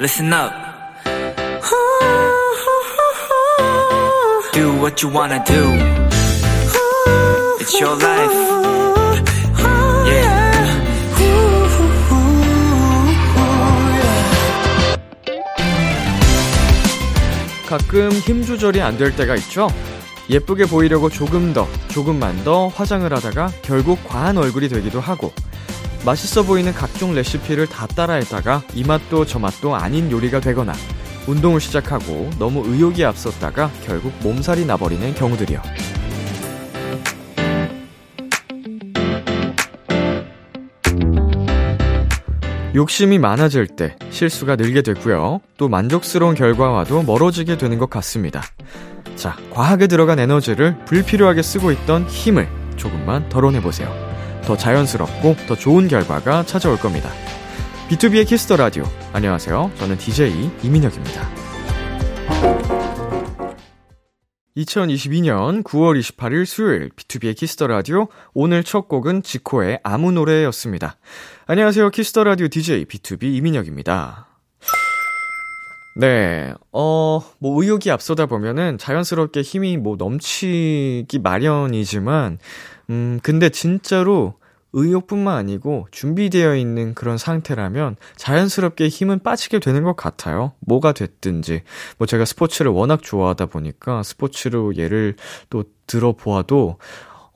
Listen up. Do what you wanna do. It's your life. Yeah. 가끔 힘 조절이 안 될 때가 있죠? 예쁘게 보이려고 조금 더, 조금만 더 화장을 하다가 결국 과한 얼굴이 되기도 하고, 맛있어 보이는 각종 레시피를 다 따라했다가 이 맛도 저 맛도 아닌 요리가 되거나, 운동을 시작하고 너무 의욕이 앞섰다가 결국 몸살이 나버리는 경우들이요. 욕심이 많아질 때 실수가 늘게 되고요. 또 만족스러운 결과와도 멀어지게 되는 것 같습니다. 자, 과하게 들어간 에너지를 불필요하게 쓰고 있던 힘을 조금만 덜어내보세요. 더 자연스럽고 더 좋은 결과가 찾아올 겁니다. B2B의 키스터 라디오. 안녕하세요. 저는 DJ 이민혁입니다. 2022년 9월 28일 수요일 B2B의 키스터 라디오 오늘 첫 곡은 지코의 아무 노래였습니다. 안녕하세요. 키스터 라디오 DJ B2B 이민혁입니다. 네. 어, 뭐 의욕이 앞서다 보면은 자연스럽게 힘이 뭐 넘치기 마련이지만 음, 근데 진짜로 의욕뿐만 아니고 준비되어 있는 그런 상태라면 자연스럽게 힘은 빠지게 되는 것 같아요. 뭐가 됐든지. 뭐 제가 스포츠를 워낙 좋아하다 보니까 스포츠로 예를 또 들어보아도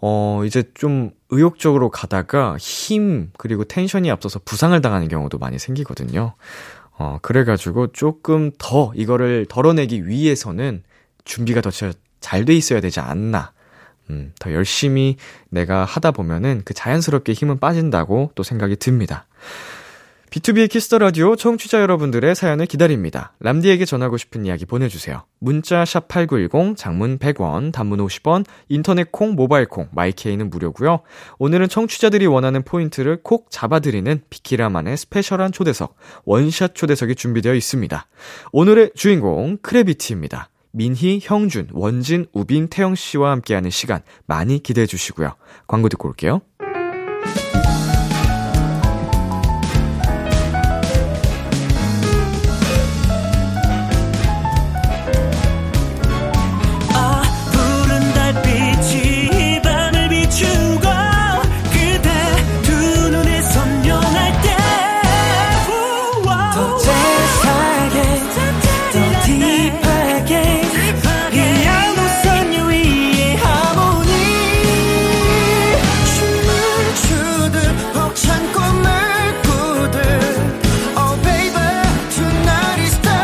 어, 이제 좀 의욕적으로 가다가 힘, 그리고 텐션이 앞서서 부상을 당하는 경우도 많이 생기거든요. 어, 그래가지고 조금 더 이거를 덜어내기 위해서는 준비가 더 잘 돼 있어야 되지 않나. 음, 더 열심히 내가 하다 보면은 그 자연스럽게 힘은 빠진다고 또 생각이 듭니다. B2B의 키스터 라디오 청취자 여러분들의 사연을 기다립니다. 람디에게 전하고 싶은 이야기 보내주세요. 문자 샵 #8910 장문 100원, 단문 50원, 인터넷 콩, 모바일 콩, 마이케이는 무료고요. 오늘은 청취자들이 원하는 포인트를 콕 잡아드리는 비키라만의 스페셜한 초대석 원샷 초대석이 준비되어 있습니다. 오늘의 주인공 크래비티입니다. 민희, 형준, 원진, 우빈, 태영 씨와 함께하는 시간 많이 기대해 주시고요. 광고 듣고 올게요. 아 푸른 달빛이 이 밤을 비추고 그대 두 눈에 선명할 때더 세상에 더 딥하게 이 양도선 유위의 하모니 춤을 추듯 벅찬 꿈을 꾸듯 Oh baby tonight is the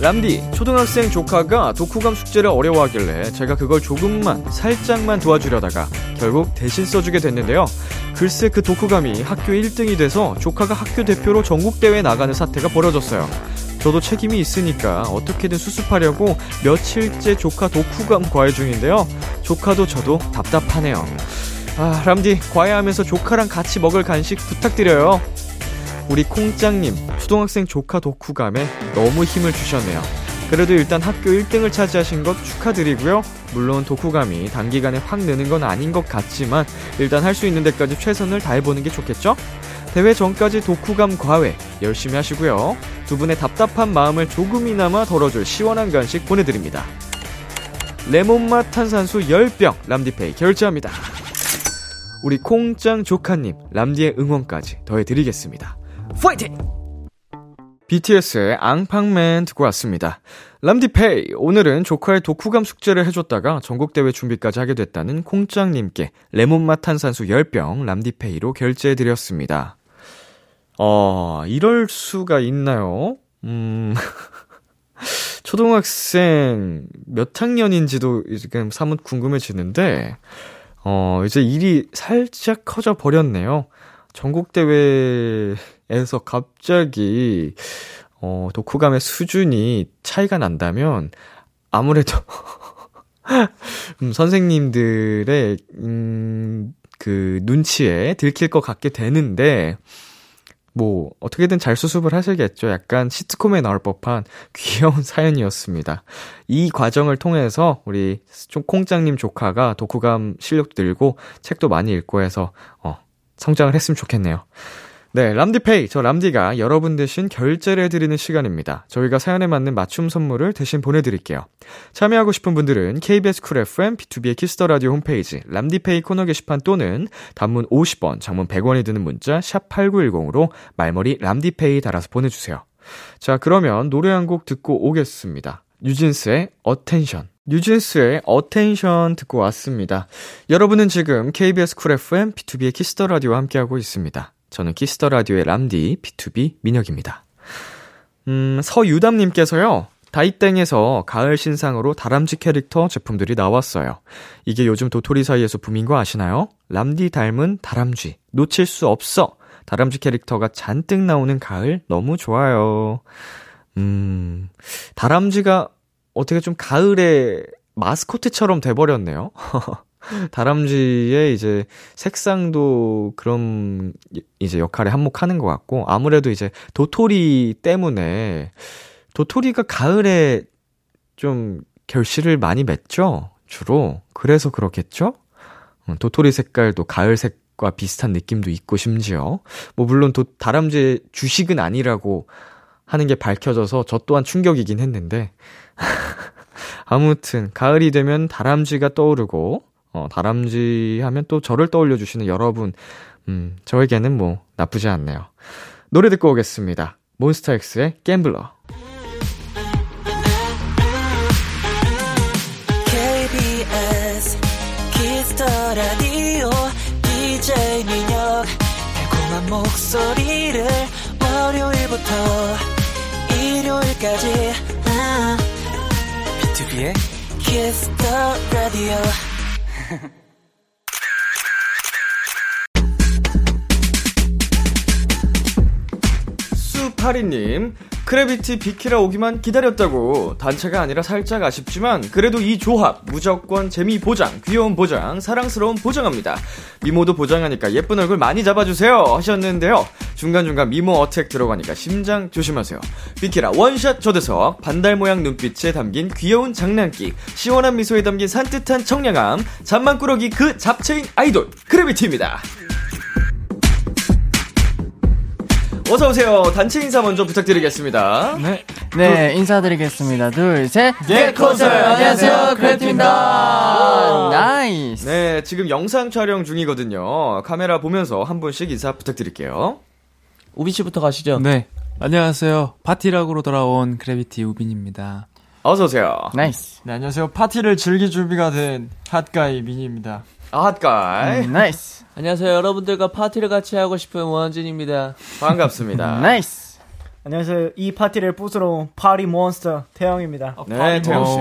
람디 초등학생 조카가 독후감 숙제를 어려워하길래 제가 그걸 조금만 살짝만 도와주려다가 결국 대신 써주게 됐는데요. 글쎄 그 독후감이 학교 1등이 돼서 조카가 학교 대표로 전국 대회 나가는 사태가 벌어졌어요. 저도 책임이 있으니까 어떻게든 수습하려고 며칠째 조카 독후감 과외 중인데요. 조카도 저도 답답하네요. 아, 람디, 과외하면서 조카랑 같이 먹을 간식 부탁드려요. 우리 콩짱님, 초등학생 조카 독후감에 너무 힘을 주셨네요. 그래도 일단 학교 1등을 차지하신 것 축하드리고요. 물론 독후감이 단기간에 확 느는 건 아닌 것 같지만 일단 할 수 있는 데까지 최선을 다해보는 게 좋겠죠? 대회 전까지 독후감 과외 열심히 하시고요. 두 분의 답답한 마음을 조금이나마 덜어줄 시원한 간식 보내드립니다. 레몬맛 탄산수 10병 람디페이 결제합니다. 우리 콩짱 조카님 람디의 응원까지 더해드리겠습니다. 파이팅! BTS의 앙팡맨 듣고 왔습니다. 람디페이 오늘은 조카의 독후감 숙제를 해줬다가 전국대회 준비까지 하게 됐다는 콩짱님께 레몬맛 탄산수 10병 람디페이로 결제해드렸습니다. 어, 이럴 수가 있나요? 음, 초등학생 몇 학년인지도 지금 사뭇 궁금해지는데, 어, 이제 일이 살짝 커져 버렸네요. 전국대회에서 갑자기, 어, 독후감의 수준이 차이가 난다면, 아무래도, 음, 선생님들의 음, 그 눈치에 들킬 것 같게 되는데 뭐 어떻게든 잘 수습을 하시겠죠. 약간 시트콤에 나올 법한 귀여운 사연이었습니다. 이 과정을 통해서 우리 좀 콩짱님 조카가 독후감 실력도 늘고 책도 많이 읽고 해서 어, 성장을 했으면 좋겠네요. 네, 람디페이. 저 람디가 여러분 대신 결제를 해드리는 시간입니다. 저희가 사연에 맞는 맞춤 선물을 대신 보내드릴게요. 참여하고 싶은 분들은 KBS 쿨 FM, B2B의 키스터 라디오 홈페이지, 람디페이 코너 게시판 또는 단문 50원, 장문 100원이 드는 문자, 샵8910으로 말머리 람디페이 달아서 보내주세요. 자, 그러면 노래 한 곡 듣고 오겠습니다. 뉴진스의 어텐션. 뉴진스의 어텐션 듣고 왔습니다. 여러분은 지금 KBS 쿨 FM, B2B의 키스터 라디오와 함께하고 있습니다. 저는 키스터 라디오의 람디, B2B 민혁입니다. 음, 서유담님께서요. 다이땡에서 가을 신상으로 다람쥐 캐릭터 제품들이 나왔어요. 이게 요즘 도토리 사이에서 붐인 거 아시나요? 람디 닮은 다람쥐. 놓칠 수 없어. 다람쥐 캐릭터가 잔뜩 나오는 가을 너무 좋아요. 음, 다람쥐가 어떻게 좀 가을의 마스코트처럼 돼버렸네요. 다람쥐의 이제 색상도 그런 이제 역할에 한몫하는 것 같고, 아무래도 이제 도토리 때문에, 도토리가 가을에 좀 결실을 많이 맺죠? 주로. 그래서 그렇겠죠? 음, 도토리 색깔도 가을 색과 비슷한 느낌도 있고, 심지어. 뭐, 물론 도, 다람쥐의 주식은 아니라고 하는 게 밝혀져서 저 또한 충격이긴 했는데. 아무튼, 가을이 되면 다람쥐가 떠오르고, 어, 다람쥐 하면 또 저를 떠올려주시는 여러분, 음, 저에게는 뭐, 나쁘지 않네요. 노래 듣고 오겠습니다. 몬스타엑스의 갬블러. KBS 키스터 라디오 DJ 민혁 달콤한 목소리를 월요일부터 일요일까지 아, 예. B2B의 키스터 라디오 수파리님, 크래비티 비키라 오기만 기다렸다고. 단체가 아니라 살짝 아쉽지만, 그래도 이 조합, 무조건 재미 보장, 귀여운 보장, 사랑스러운 보장합니다. 미모도 보장하니까 예쁜 얼굴 많이 잡아주세요. 하셨는데요. 중간중간 미모 어택 들어가니까 심장 조심하세요. 비키라 원샷 초대석, 반달 모양 눈빛에 담긴 귀여운 장난기, 시원한 미소에 담긴 산뜻한 청량함, 잔망꾸러기 그 잡채인 아이돌, 크래비티입니다. 어서오세요. 단체 인사 먼저 부탁드리겠습니다. 네, 네 인사드리겠습니다. 둘, 셋. 네, 콘서트. 안녕하세요, 크래프입니다. 나이스. 네, 지금 영상 촬영 중이거든요. 카메라 보면서 한 분씩 인사 부탁드릴게요. 우빈 씨부터 가시죠. 네. 안녕하세요. 파티락으로 돌아온 그래비티 우빈입니다. 어서오세요. 나이스. 네, 안녕하세요. 파티를 즐길 준비가 된 핫가이 미니입니다. 아, 음. 핫가이. 나이스. 안녕하세요. 여러분들과 파티를 같이 하고 싶은 원진입니다. 반갑습니다. 음. 나이스. 안녕하세요. 이 파티를 부수러 온 파리 몬스터 태영입니다. 네, 태영씨.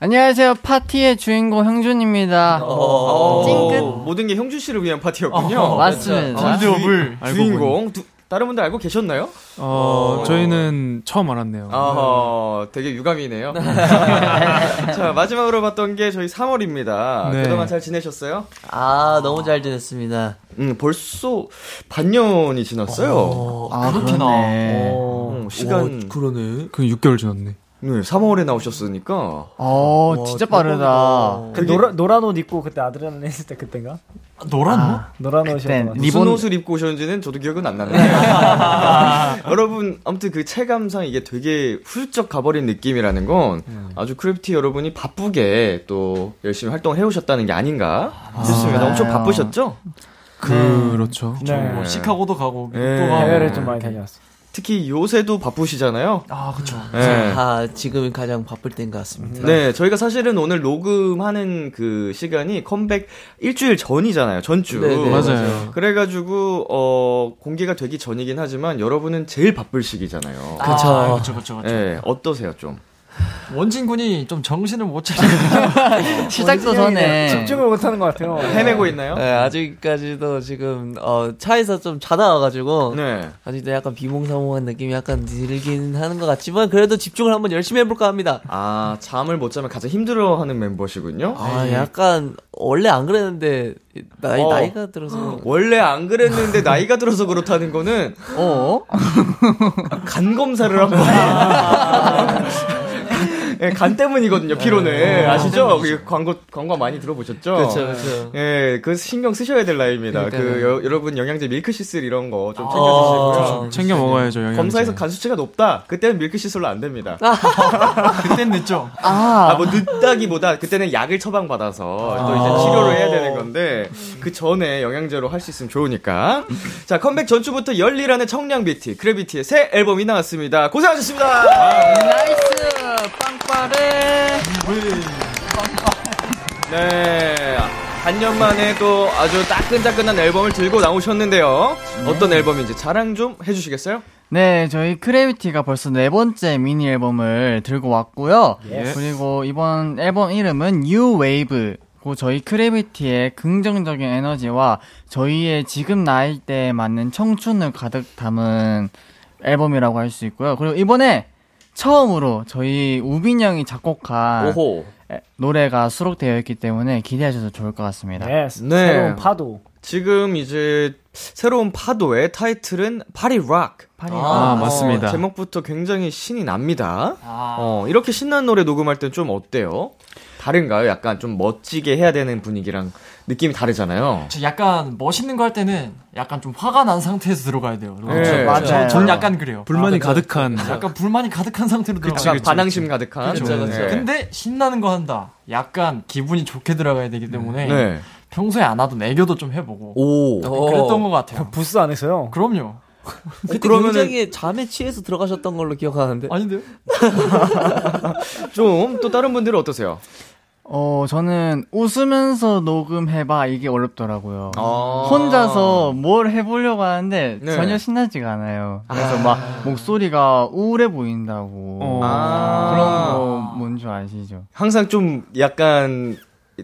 안녕하세요. 파티의 주인공 형준입니다. 어, 어, 어. 찡긋. 어, 모든 게 형준씨를 위한 파티였군요. 네, 아, 어, 네. 맞습니다. 어, 주, 알고 주인공. 두- 다른 분들 알고 계셨나요? 어, 저희는 처음 알았네요. 아, 되게 유감이네요. 자, 마지막으로 봤던 게 저희 3월입니다. 네. 그동안 잘 지내셨어요? 아, 너무 잘 지냈습니다. 음, 벌써 반년이 지났어요. 아, 그렇네. 어, 시간 그러네. 그 6개월 지났네. 네, 3월에 나오셨으니까 어, 진짜 빠르다. 그 노라, 노란 옷 입고 그때 아드레날린 했을 때 그때인가? 아, 노란 노란 옷이었던 것 같아요. 무슨 리본- 옷을 입고 오셨는지는 저도 기억은 안 나네요. 여러분 아무튼 그 체감상 이게 되게 훌쩍 가버린 느낌이라는 건 아주 크래프티 여러분이 바쁘게 또 열심히 활동을 해오셨다는 게 아닌가 싶습니다. 엄청 맞아요. 바쁘셨죠? 그렇죠. 네. 예. 뭐 시카고도 가고 네. 또 가고 해외를 좀 많이 다녀왔어. 특히 요새도 바쁘시잖아요. 아 그쵸 네. 아, 지금이 가장 바쁠 때인 것 같습니다. 네, 저희가 사실은 오늘 녹음하는 그 시간이 컴백 일주일 전이잖아요. 전주. 네, 네, 맞아요. 그래가지고 어 공개가 되기 전이긴 하지만 여러분은 제일 바쁠 시기잖아요. 그쵸. 그쵸 그쵸 그쵸 네, 어떠세요 좀? 원진 군이 좀 정신을 못 차리고 시작도 원진이 형이 전에 집중을 못하는 것 같아요. 헤매고 있나요? 어. 네, 아직까지도 지금 어, 차에서 좀 자다 와가지고 네. 아직도 약간 비몽사몽한 느낌이 약간 들긴 하는 것 같지만 그래도 집중을 한번 열심히 해볼까 합니다. 아, 잠을 못 자면 가장 힘들어하는 멤버시군요. 예. 아, 약간 원래 안 그랬는데 나이 어. 나이가 들어서 원래 안 그랬는데 나이가 들어서 그렇다는 거는 어? 간 검사를 한 거예요. 예, 간 때문이거든요, 피로는. 네, 아시죠? 그 광고, 광고 많이 들어보셨죠? 그렇죠, 네. 그렇죠. 예, 그 신경 쓰셔야 될 나이입니다. 그 그러니까요. 여, 여러분 영양제 밀크시슬 이런 거 좀 어. 챙겨주시고요. 네. 챙겨 먹어야죠, 영양제. 검사에서 네. 간 수치가 높다. 그때는 밀크시술로 안 됩니다. 그땐 늦죠. 아, 뭐 늦다기보다 그때는 약을 처방받아서 또 이제 치료를 해야 되는 건데 그 전에 영양제로 할 수 있으면 좋으니까. 자, 컴백 전주부터 열일하는 청량 뷰티, 크래비티의 새 앨범이 나왔습니다. 고생하셨습니다. 나이스 빵빠레 네. 반년 만에 또 아주 따끈따끈한 앨범을 들고 나오셨는데요. 어떤 앨범인지 자랑 좀 해주시겠어요? 네, 저희 크래비티가 벌써 네 번째 미니 앨범을 들고 왔고요. 그리고 이번 앨범 이름은 New Wave. 고 저희 크래비티의 긍정적인 에너지와 저희의 지금 나이대에 맞는 청춘을 가득 담은 앨범이라고 할 수 있고요. 그리고 이번에 처음으로 저희 우빈 형이 작곡한 오호. 에- 노래가 수록되어 있기 때문에 기대하셔도 좋을 것 같습니다. 예스. 네. 새로운 파도. 지금 이제 새로운 파도의 타이틀은 파리 락. 아, 맞습니다. 어, 제목부터 굉장히 신이 납니다. 아. 어, 이렇게 신나는 노래 녹음할 땐 좀 어때요? 다른가요? 약간 좀 멋지게 해야 되는 분위기랑 느낌이 다르잖아요. 저 약간 멋있는 거 할 때는 약간 좀 화가 난 상태에서 들어가야 돼요. 그렇죠? 여러분. 예. 저- 맞아요. 전 약간 그래요. 불만이 가득한. 약간 불만이 가득한 상태로 약간 들어가야 돼요. 반항심 가득한. 그쵸, 그쵸. 네. 그렇죠. 근데 신나는 거 한다. 약간 기분이 좋게 들어가야 되기 때문에 네. 평소에 안 하던 애교도 좀 해보고 오. 그랬던 것 같아요. 부스 안에서요. 그럼요. 그때 그러면은- 굉장히 잠에 취해서 들어가셨던 걸로 기억하는데 아닌데요? 좀 또 다른 분들은 어떠세요? 어, 저는 웃으면서 녹음해봐 이게 어렵더라고요. 아. 혼자서 뭘 해보려고 하는데 네. 전혀 신나지가 않아요. 그래서 막 목소리가 우울해 보인다고 어. 아. 그런 거 뭔지 아시죠? 항상 좀 약간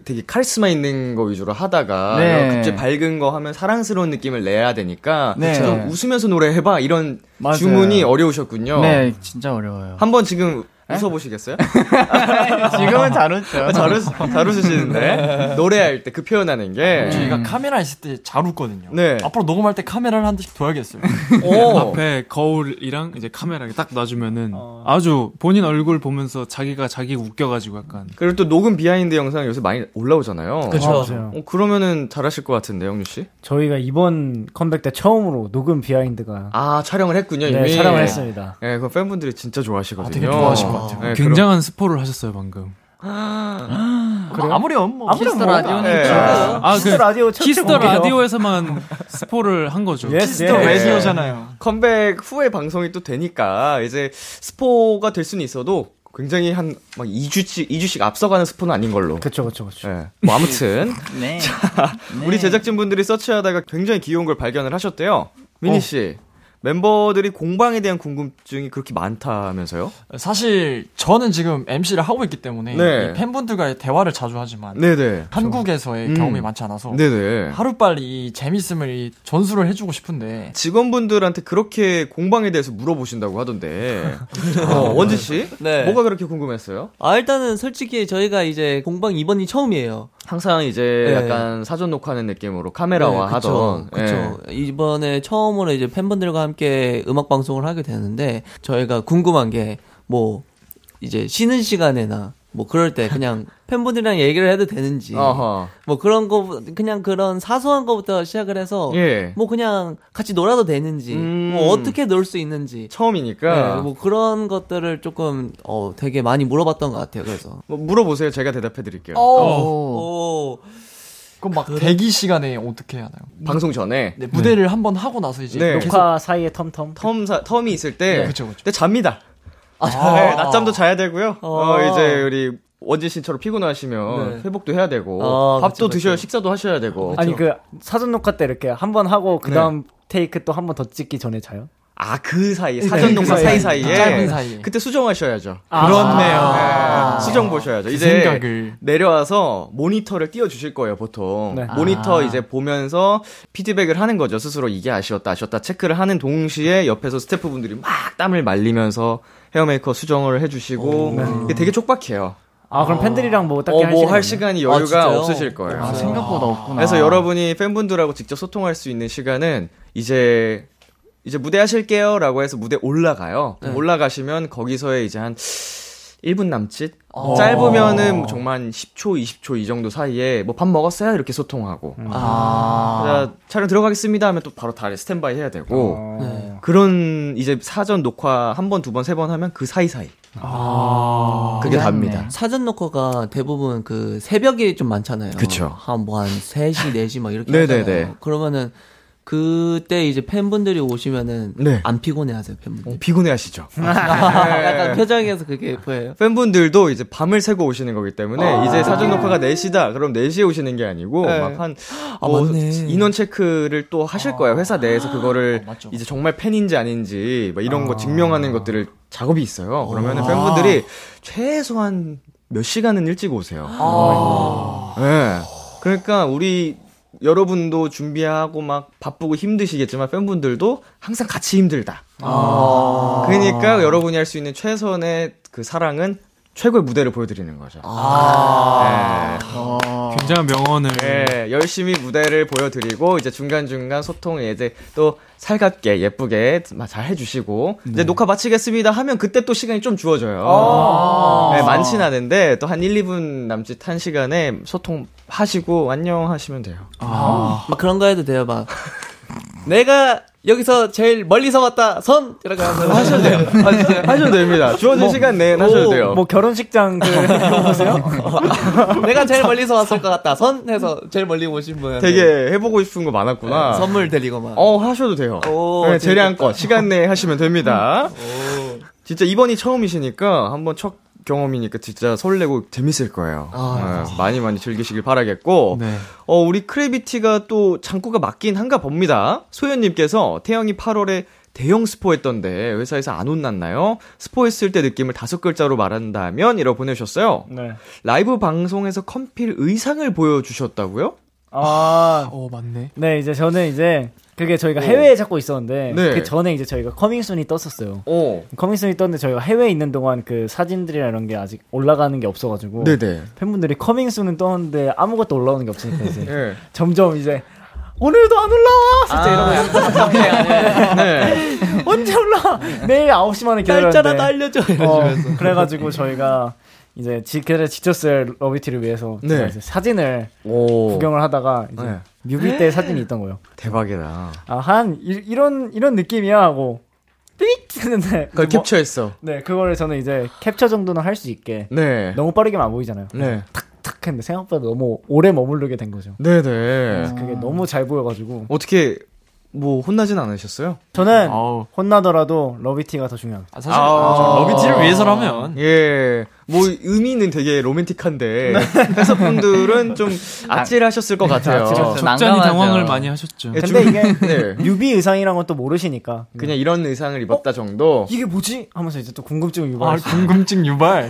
되게 카리스마 있는 거 위주로 하다가 네. 갑자기 밝은 거 하면 사랑스러운 느낌을 내야 되니까 네. 좀 웃으면서 노래해봐 이런 맞아요. 주문이 어려우셨군요. 네, 진짜 어려워요. 한번 지금 웃어보시겠어요? 지금은 잘 웃죠. 잘, 웃, 잘 웃으시는데 노래할 때 그 표현하는 게 저희가 그러니까 카메라 있을 때 잘 웃거든요. 네. 앞으로 녹음할 때 카메라를 한 대씩 둬야겠어요. 오. 앞에 거울이랑 이제 카메라 딱 놔주면은 어. 아주 본인 얼굴 보면서 자기가 자기 웃겨가지고 약간 그리고 또 녹음 비하인드 영상 요새 많이 올라오잖아요. 그쵸. 아, 맞아요. 어, 그러면은 잘하실 것 같은데 영유 씨. 저희가 이번 컴백 때 처음으로 녹음 비하인드가 아 촬영을 했군요 이미. 네, 촬영을 했습니다. 예, 그거 팬분들이 진짜 좋아하시거든요. 되게 좋아하실 것 같아요. 예, 그럼- 굉장한 스포를 하셨어요 방금. 아무렴 뭐. 키스 더 라디오는 예. 진짜 아, 네. 키스 더 라디오 첫 키스 더 라디오에서만 스포를 한 거죠. 예스. 또 네. 예. 라디오잖아요. 컴백 후에 방송이 또 되니까 이제 스포가 될 수는 있어도 굉장히 한 막 2주씩 2주씩 앞서가는 스포는 아닌 걸로. 그쵸 그쵸 그쵸. 예. 뭐 아무튼 네. 우리 제작진분들이 서치하다가 굉장히 귀여운 걸 발견을 하셨대요. 미니 씨. 멤버들이 공방에 대한 궁금증이 그렇게 많다면서요? 사실 저는 지금 MC를 하고 있기 때문에 네. 이 팬분들과의 대화를 자주 하지만 네네. 한국에서의 음. 경험이 많지 않아서 네네. 하루빨리 이 재밌음을 이 전수를 해주고 싶은데 직원분들한테 그렇게 공방에 대해서 물어보신다고 하던데. 어, 원진 씨? 네. 뭐가 그렇게 궁금했어요? 아 일단은 솔직히 저희가 이제 공방 2번이 처음이에요. 항상 이제 네. 약간 사전 녹화하는 느낌으로 카메라와 네, 하던. 예. 그쵸. 이번에 처음으로 이제 팬분들과 함께 음악 방송을 하게 되는데 저희가 궁금한 게 뭐 이제 쉬는 시간에나 뭐 그럴 때 그냥 팬분들이랑 얘기를 해도 되는지 예. 어허. 뭐 그런 거 그냥 그런 사소한 거부터 시작을 해서 예. 뭐 그냥 같이 놀아도 되는지 음. 뭐 어떻게 놀 수 있는지 처음이니까. 네, 뭐 그런 것들을 조금 어 되게 많이 물어봤던 것 같아요. 그래서 뭐 물어보세요. 제가 대답해 드릴게요. 오. 오 어, 그럼 막 대기 시간에 어떻게 해야 하나요? 방송 전에 네, 무대를 한번 하고 나서 이제 네. 계속 녹화 사이에 텀텀. 텀 사- 텀이 있을 때 그쵸, 그쵸. 그때 잡니다. 아. 네, 낮잠도 자야 되고요. 어, 이제 우리 원진 씨처럼 피곤하시면 회복도 해야 되고 어, 밥도 네. 그쵸, 그쵸. 드셔야 식사도 하셔야 되고. 아니 그 사전 녹화 때 이렇게 한 번 하고 그 다음 테이크 또 한 번 더 찍기 전에 자요? 아 아 그 사이 사전 녹화 그 사이 사이에. 사이에 짧은 사이에. 그때 수정하셔야죠. 그렇네요. 수정 보셔야죠. 그 이제 생각을. 내려와서 모니터를 띄워 주실 거예요, 보통. 네. 모니터 아. 이제 보면서 피드백을 하는 거죠. 스스로 이게 아쉬웠다, 아쉬웠다 체크를 하는 동시에 옆에서 스태프분들이 막 땀을 말리면서 헤어메이커 수정을 해 주시고 이게 되게 촉박해요. 아 그럼 팬들이랑 뭐 딱히 어, 뭐 할 할 시간 시간이 여유가 아, 진짜요? 없으실 거예요. 아, 생각보다 없구나. 그래서 여러분이 팬분들하고 직접 소통할 수 있는 시간은 이제 이제 무대 하실게요라고 해서 무대 올라가요. 올라가시면 거기서의 이제 한 1분 남짓 짧으면은 정말 한 10초, 20초 이 정도 사이에 뭐 밥 먹었어요 이렇게 소통하고 아. 자, 촬영 들어가겠습니다 하면 또 바로 다 스탠바이 해야 되고 그런 이제 사전 녹화 한 번, 두 번, 세 번 하면 그 사이 사이 그게 그렇네. 답니다. 아, 사전 녹화가 대부분 그 새벽이 좀 많잖아요. 그쵸. 한뭐한 3시, 4시 막 이렇게 네네네. 하잖아요. 그러면은 그때 이제 팬분들이 오시면은 네. 안 피곤해 하세요, 팬분들. 피곤해하시죠. 약간 표정에서 그게 보여요. 팬분들도 이제 밤을 새고 오시는 거기 때문에 이제 사전 녹화가 4시다. 그럼 4시에 오시는 게 네. 아니고 막 한 뭐, 인원 체크를 또 하실 거예요. 회사 내에서 그거를 이제 정말 팬인지 어, 아닌지 아. 막 이런 거 증명하는 것들을 작업이 있어요. 그러면 은 팬분들이 최소한 몇 시간은 일찍 오세요. 예. 그러니까 우리 여러분도 준비하고 막 바쁘고 힘드시겠지만 팬분들도 항상 같이 힘들다. 그러니까 여러분이 할 수 있는 최선의 그 사랑은 최고의 무대를 보여드리는 거죠. 예. 어. 굉장한 명언을. 예, 열심히 무대를 보여드리고 이제 중간 중간 소통 이제 또 살갑게 예쁘게 마- 잘 해주시고 이제 녹화 마치겠습니다 하면 그때 또 시간이 좀 주어져요. 네, 많진 않은데 또 한 1, 2분 남짓 한 시간에 소통 하시고 안녕 하시면 돼요. 막뭐 그런 거 해도 돼요, 막. 내가 여기서 제일 멀리서 왔다, 선! 이렇게 하면 하셔도 돼요. 네, 하셔도 됩니다. 뭐, 주어진 시간 내에 하셔도 돼요. 뭐 결혼식장 그 보세요? 내가 제일 멀리서 왔을 것 같다, 선! 해서 제일 멀리 오신 분. 되게 해보고 싶은 거 많았구나. 선물 드리고 막. 어 하셔도 돼요. 오, 네, 재량껏 시간 내에 하시면 됩니다. 진짜 이번이 처음이시니까 한번 첫 경험이니까 진짜 설레고 재밌을 거예요. 네, 많이 많이 즐기시길 바라겠고 네. 어, 우리 크래비티가 또 창구가 맞긴 한가 봅니다. 소연님께서 태영이 8월에 대형 스포했던데 회사에서 안 혼났나요? 스포했을 때 느낌을 다섯 글자로 말한다면 이라고 보내주셨어요. 네. 라이브 방송에서 컴필 의상을 보여주셨다고요? 아, 어, 맞네. 네 이제 저는 이제 그게 저희가 해외에 잡고 있었는데 네. 그 전에 이제 저희가 커밍순이 떴었어요. 어, 커밍순이 떴는데 저희가 해외에 있는 동안 그 사진들이나 이런 게 아직 올라가는 게 없어가지고 네네. 팬분들이 커밍순은 떴는데 아무것도 올라오는 게 없으니까 이제 예. 점점 이제 오늘도 안 올라와 아. 진짜 네. 이런 거 언제 올라와 내일 9시 만에 기다렸는데 날짜라도 알려줘. 어, 그래가지고 저희가 이제 지, 그래 지쳤을 러비티를 위해서 네. 제가 이제 사진을 오. 구경을 하다가 이제 네. 뮤비 때 사진이 있던 거예요. 대박이다. 아한 이런 이런 느낌이야 하고 삐릭 했는데 그걸 이제 뭐- 캡처했어. 네 그거를 저는 이제 캡처 정도는 할 수 있게 네. 너무 빠르게만 안 보이잖아요. 네. 탁 했는데 생각보다 너무 오래 머무르게 된 거죠. 네네. 그게 너무 잘 보여가지고 어떻게, 뭐, 혼나진 않으셨어요? 저는 아우. 혼나더라도 러비티가 더 중요합니다. 아, 사실 러비티를 위해서라면 예. 뭐, 의미는 되게 로맨틱한데, 회사분들은 좀 아찔하셨을 것 같아요. 적잖이 난감하죠. 당황을 많이 하셨죠. 예, 근데 주- 이게 네. 뮤비 의상이란 건 또 모르시니까 그냥 이런 의상을 입었다 정도. 이게 뭐지? 하면서 이제 또 궁금증을 아, 유발할 수 궁금증 유발.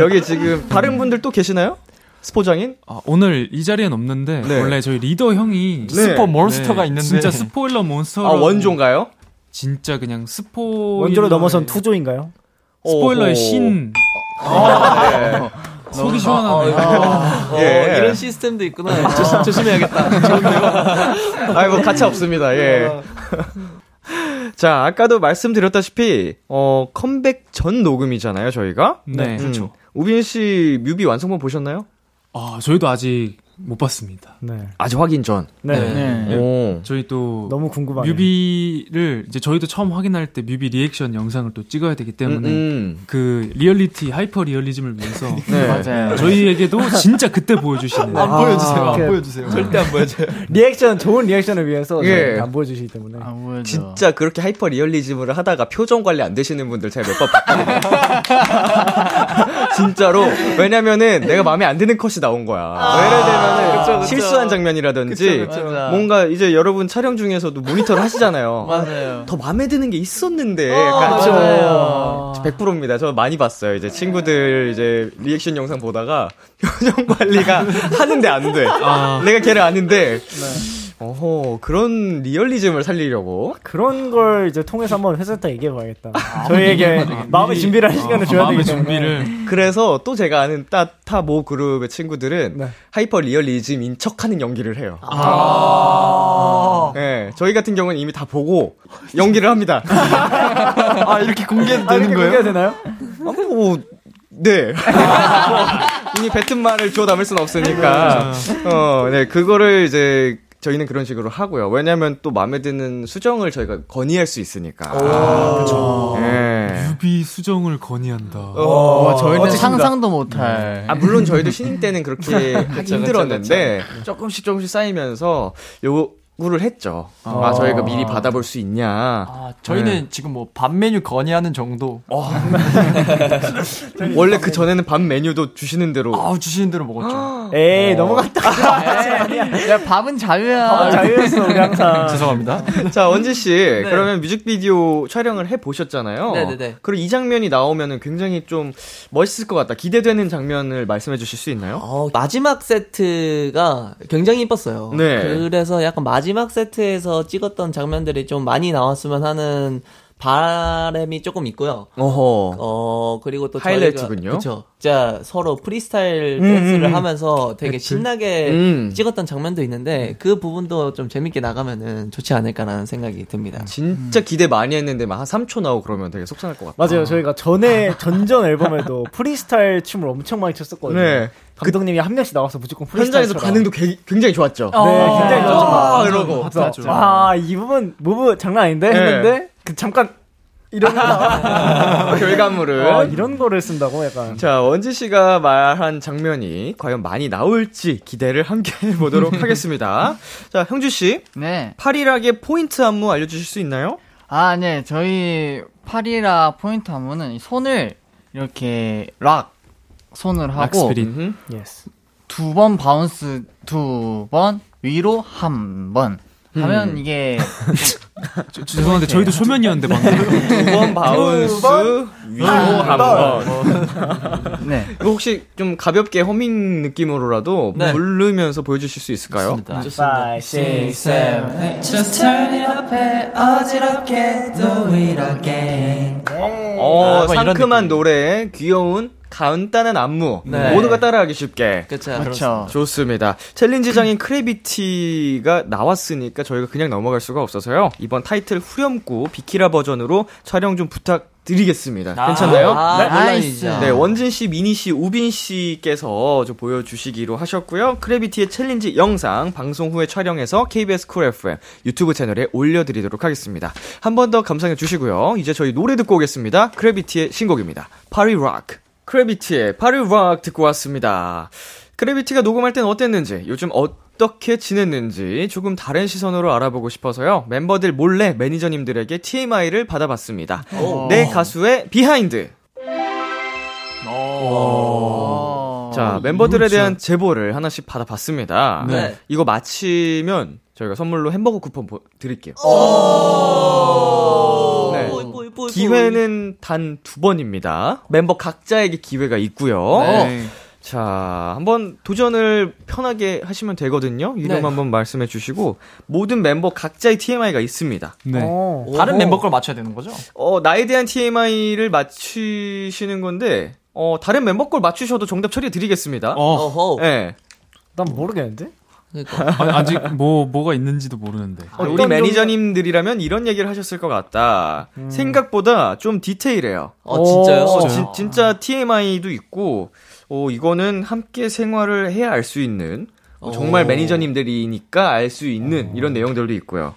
여기 지금 다른 분들 또 계시나요? 스포장인? 아, 오늘 이 자리엔 없는데 네. 원래 저희 리더 형이 스포 몬스터가 네, 있는데 진짜 스포일러 몬스터 아, 원조인가요? 진짜 그냥 스포 원조를 넘어선 투조인가요? 오호. 스포일러의 신 속이 시원하네. 예. 어, 이런 시스템도 있구나. 어. 조심, 조심해야겠다. 아이고 뭐 가차 없습니다. 예. 자, 아까도 말씀드렸다시피 어 컴백 전 녹음이잖아요, 저희가. 네. 그렇죠. 우빈 씨 뮤비 완성본 보셨나요? 아, 저희도 아직 못 봤습니다. 네. 아직 확인 전. 음, 네. 네. 오. 저희 또 너무 궁금하네요. 뮤비를 이제 저희도 처음 확인할 때 뮤비 리액션 영상을 또 찍어야 되기 음, 때문에 음. 그 리얼리티 하이퍼 리얼리즘을 위해서 네. 맞아요. 저희에게도 진짜 그때 보여주시는 안 보여주세요. 안 이렇게- 보여주세요. 절대 안 보여줘요. 리액션 좋은 리액션을 위해서 예. 저희가 안 보여주시기 때문에 아, 뭐야, 저. 진짜 그렇게 하이퍼 리얼리즘을 하다가 표정 관리 안 되시는 분들 제가 몇번 봤거든요. 진짜로. 왜냐면은 내가 마음에 안 드는 컷이 나온 거야. 뭐 예를 하면은 아, 그쵸, 그쵸. 실수한 장면이라든지 그쵸, 그쵸. 뭔가 이제 여러분 촬영 중에서도 모니터를 하시잖아요. 맞아요. 더 마음에 드는 게 있었는데 어, 약간 좀 맞아요. 100%입니다. 저 많이 봤어요. 이제 친구들 이제 리액션 영상 보다가 표정 관리가 하는데 안 돼. 아. 내가 걔를 아는데. 네. 어허 그런 리얼리즘을 살리려고 그런 걸 이제 통해서 한번 회사한테 얘기해봐야겠다. 저희에게 마음의 준비를 할 시간을 줘야 마음의 되기 때문에. 준비를 그래서 또 제가 아는 따타 모 그룹의 친구들은 네. 하이퍼 리얼리즘인 척하는 연기를 해요. 네, 저희 같은 경우는 이미 다 보고 연기를 합니다. 아 이렇게 공개도 아, 되는 이렇게 거예요? 공개가 되나요? 아, 뭐, 네. 뭐, 이미 뱉은 말을 주워 담을 순 없으니까. 어, 네. 그거를 이제 저희는 그런 식으로 하고요. 왜냐면 또 마음에 드는 수정을 저희가 건의할 수 있으니까. 그렇죠. 예. 유비 수정을 건의한다. 어, 저희는 어쨌든 상상도 못할. 아, 물론 저희도 신인 때는 네. 그렇게 하기 힘들었는데 조금씩 조금씩 쌓이면서 요구를 했죠. 아, 저희가 미리 받아볼 수 있냐. 아, 네. 저희는 지금 뭐 밥 메뉴 건의하는 정도. 어. 네. 원래 그 전에는 밥 메뉴도 주시는 대로 아 주시는 대로 먹었죠. 에이, 넘어갔다. 네. 야, 밥은 자유야. 자유였어, 우리 항상. 죄송합니다. 자, 원지 씨. 그러면 뮤직비디오 촬영을 해 보셨잖아요. 네네네. 그리고 이 장면이 나오면은 굉장히 좀 멋있을 것 같다. 기대되는 장면을 말씀해 주실 수 있나요? 어, 마지막 세트가 굉장히 이뻤어요. 네. 그래서 약간 마지막 세트에서 찍었던 장면들이 좀 많이 나왔으면 하는 바람이 조금 있고요. 어허. 어 그리고 또 하이라이트군요. 그렇죠. 진짜 서로 프리스타일 댄스를 하면서 되게 신나게 음. 찍었던 장면도 있는데 그 부분도 좀 재밌게 나가면은 좋지 않을까라는 생각이 음. 듭니다. 진짜 기대 많이 했는데 막 한 3초 나오고 그러면 되게 속상할 것 같아요. 맞아요. 저희가 전에 전전 앨범에도 프리스타일 춤을 엄청 많이 췄었거든요. 네. 감독님이 한 명씩 나와서 무조건 프리스타일 현장에서 반응도 개- 굉장히 좋았죠. 네, 굉장히 좋았죠. 아, 이러고. 그래서 와, 이 부분 무브 장난 아닌데 네. 했는데 그 잠깐 이런 결과물을. 와, 아, 이런 거를 쓴다고 약간 네. 자, 원지 씨가 말한 장면이 과연 많이 나올지 기대를 함께 해보도록 하겠습니다. 자, 형주 씨. 네. 파리락의 포인트 안무 알려주실 수 있나요? 아, 네. 저희 팔이라 포인트 안무는 이 손을 이렇게 락 손을 하고 락스피릿. 음. 예스. 두 번 바운스 두 번 위로 한 번 하면 이게 저- 죄송한데 저희도 초면이었는데 방금. 두 번 바운스 위로 한 번. 네. 이거 혹시 좀 가볍게 허밍 느낌으로라도 네. 부르면서 보여주실 수 있을까요? Five, six, seven, 어, 약간 이런 상큼한 노래에 귀여운 간단한 안무 네. 모두가 따라하기 쉽게. 그렇죠. 그렇죠. 좋습니다. 챌린지장인 크래비티가 나왔으니까 저희가 그냥 넘어갈 수가 없어서요. 이번 타이틀 후렴구 비키라 버전으로 촬영 좀 부탁드리겠습니다. 괜찮나요? 아, 네. 물론이죠. 나이스. 네, 원진 씨, 미니 씨, 우빈 씨께서 좀 보여주시기로 하셨고요. 크래비티의 챌린지 영상 방송 후에 촬영해서 KBS 쿨 FM 유튜브 채널에 올려드리도록 하겠습니다. 한 번 더 감상해 주시고요. 이제 저희 노래 듣고 오겠습니다. 크래비티의 신곡입니다. 파리 락. 크래비티의 파리 락 듣고 왔습니다. 크래비티가 녹음할 땐 어땠는지, 요즘 어떻게 지냈는지 조금 다른 시선으로 알아보고 싶어서요. 멤버들 몰래 매니저님들에게 TMI를 받아봤습니다. 내 가수의 비하인드. 어. 자, 멤버들에 대한 제보를 하나씩 받아봤습니다. 네. 이거 마치면 저희가 선물로 햄버거 쿠폰 보- 드릴게요. 네. 뽀이, 뽀이, 뽀이, 뽀이. 기회는 단 두 번입니다. 멤버 각자에게 기회가 있고요. 네. 자, 한번 도전을 편하게 하시면 되거든요. 이름 네. 한번 말씀해 주시고 모든 멤버 각자의 TMI가 있습니다. 네. 오. 다른 멤버 걸 맞춰야 되는 거죠? 어, 나에 대한 TMI를 맞추시는 건데 어, 다른 멤버 걸 맞추셔도 정답 처리해 드리겠습니다. 어, 어허. 네. 난 모르겠는데? 그러니까. 아니, 아직 뭐 뭐가 있는지도 모르는데. 아, 우리 매니저님들이라면 이런 얘기를 하셨을 것 같다. 음. 생각보다 좀 디테일해요. 어, 진짜요? 어, 진, 진짜 TMI도 있고, 어, 이거는 함께 생활을 해야 알 수 있는, 어, 정말 오. 매니저님들이니까 알 수 있는 이런 내용들도 있고요.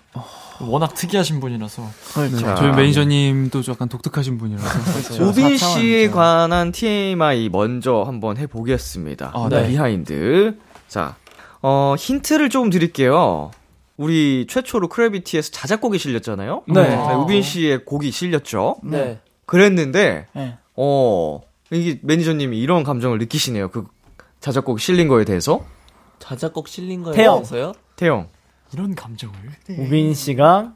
워낙 특이하신 분이라서. 그렇죠. 저희 매니저님도 좀 약간 독특하신 분이라서. 우빈 사차원이죠. 씨에 관한 TMI 먼저 한번 해보겠습니다. 아, 네. 비하인드. 자, 어, 힌트를 조금 드릴게요. 우리 최초로 크래비티에서 자작곡이 실렸잖아요. 네. 우빈 씨의 곡이 실렸죠. 네. 그랬는데 네. 어 이게 매니저님이 이런 감정을 느끼시네요. 그 자작곡 실린 거에 대해서 자작곡 실린 태영. 거였어요? 태영. 이런 감정을 우빈 씨가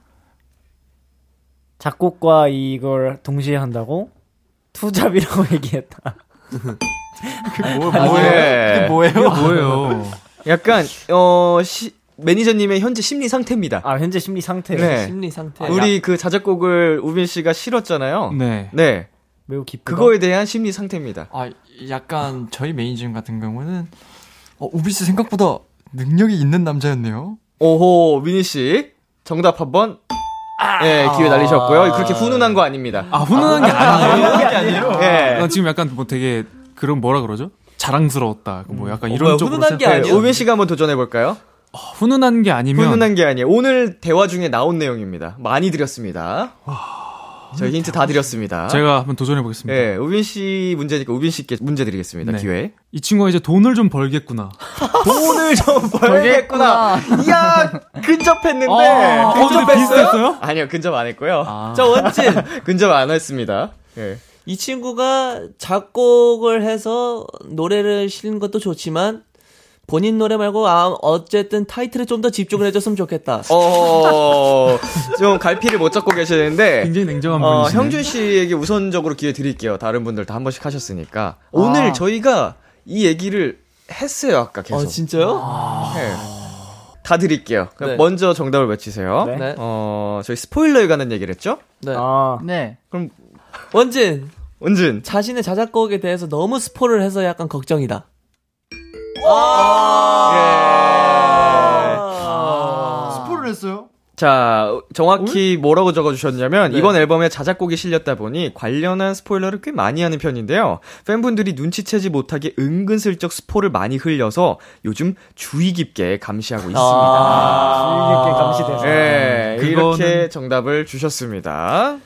작곡과 이걸 동시에 한다고 투잡이라고 얘기했다. 뭐, 뭐예요? 뭐예요? 뭐예요? 약간 어 시, 매니저님의 현재 심리 상태입니다. 아 현재 심리 상태 네. 심리 상태. 우리 그 자작곡을 우빈 씨가 실었잖아요. 네. 네. 매우 기쁘다. 그거에 대한 심리 상태입니다. 아 약간 저희 매니저님 같은 경우는 어, 우빈 씨 생각보다 능력이 있는 남자였네요. 오호, 미니 씨. 정답 한번 예, 기회 날리셨고요. 그렇게 훈훈한 거 아닙니다. 아, 훈훈한 게 아. 아니에요? 예. 난 지금 약간 뭐 되게, 그런 뭐라 그러죠? 자랑스러웠다. 뭐 약간 뭐야, 이런 쪽으로. 훈훈한 게 생각해요. 어, 아니야? 네, 오빈 씨가 한번 도전해 볼까요? 훈훈한 게 아니면. 훈훈한 게 아니에요. 오늘 대화 중에 나온 내용입니다. 많이 드렸습니다. 저희 힌트 다 드렸습니다. 제가 한번 도전해 보겠습니다. 예, 우빈 씨 문제니까 우빈 씨께 문제 드리겠습니다. 네. 기회. 이 친구가 이제 돈을 좀 벌겠구나. 돈을 좀 벌겠구나. 이야, 근접했는데. 거기도 비슷했어요? 아니요, 근접 안 했고요. 저 원진. 근접 안 했습니다. 예. 이 친구가 작곡을 해서 노래를 실린 것도 좋지만 본인 노래 말고 아, 어쨌든 타이틀에 좀 더 집중을 해줬으면 좋겠다. 어, 어, 좀 갈피를 못 잡고 계시는데. 굉장히 냉정한 어, 분이시네. 형준 씨에게 우선적으로 기회 드릴게요. 다른 분들 다 한 번씩 하셨으니까. 아. 오늘 저희가 이 얘기를 했어요, 아까 계속. 어, 진짜요? 네. 다 드릴게요. 그럼 네. 먼저 정답을 외치세요. 네. 네. 어, 저희 스포일러에 관한 얘기를 했죠? 네. 아, 네. 원진 은준. 자신의 자작곡에 대해서 너무 스포를 해서 약간 걱정이다. 스포를 했어요? 자, 정확히 뭐라고 적어주셨냐면, 이번 앨범에 자작곡이 실렸다 보니, 관련한 스포일러를 꽤 많이 하는 편인데요. 팬분들이 눈치채지 못하게 은근슬쩍 스포를 많이 흘려서, 요즘 주의 깊게 감시하고 있습니다. 주의 깊게 감시돼서. 예, 그거는- 이렇게 정답을 주셨습니다.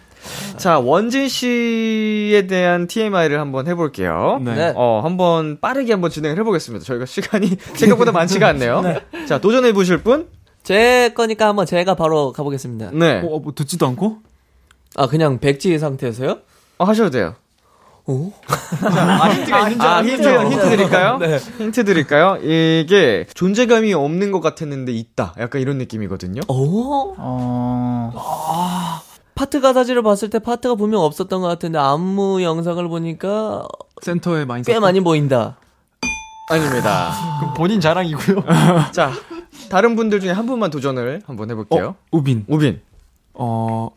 자, 원진 씨에 대한 TMI를 한번 해볼게요. 네. 네. 어, 한번 빠르게 한번 진행을 해보겠습니다. 저희가 시간이 생각보다 많지가 않네요. 자, 도전해보실 분? 제 거니까 한번 제가 바로 가보겠습니다. 네. 어, 뭐 듣지도 않고? 아 그냥 백지 상태에서요? 어, 하셔도 돼요. 오? 아, 힌트, 힌트 드릴까요? 네. 힌트 드릴까요? 이게 존재감이 없는 것 같았는데 있다. 약간 이런 느낌이거든요. 오? 어, 파트 가사지를 봤을 때 파트가 분명 없었던 것 같은데 안무 영상을 보니까 센터에 많이. 꽤 썼- 많이 보인다. 아닙니다. 그럼 본인 자랑이고요. 어, 자, 다른 분들 중에 한 분만 도전을 한번 해볼게요. 우빈. 우빈. 어,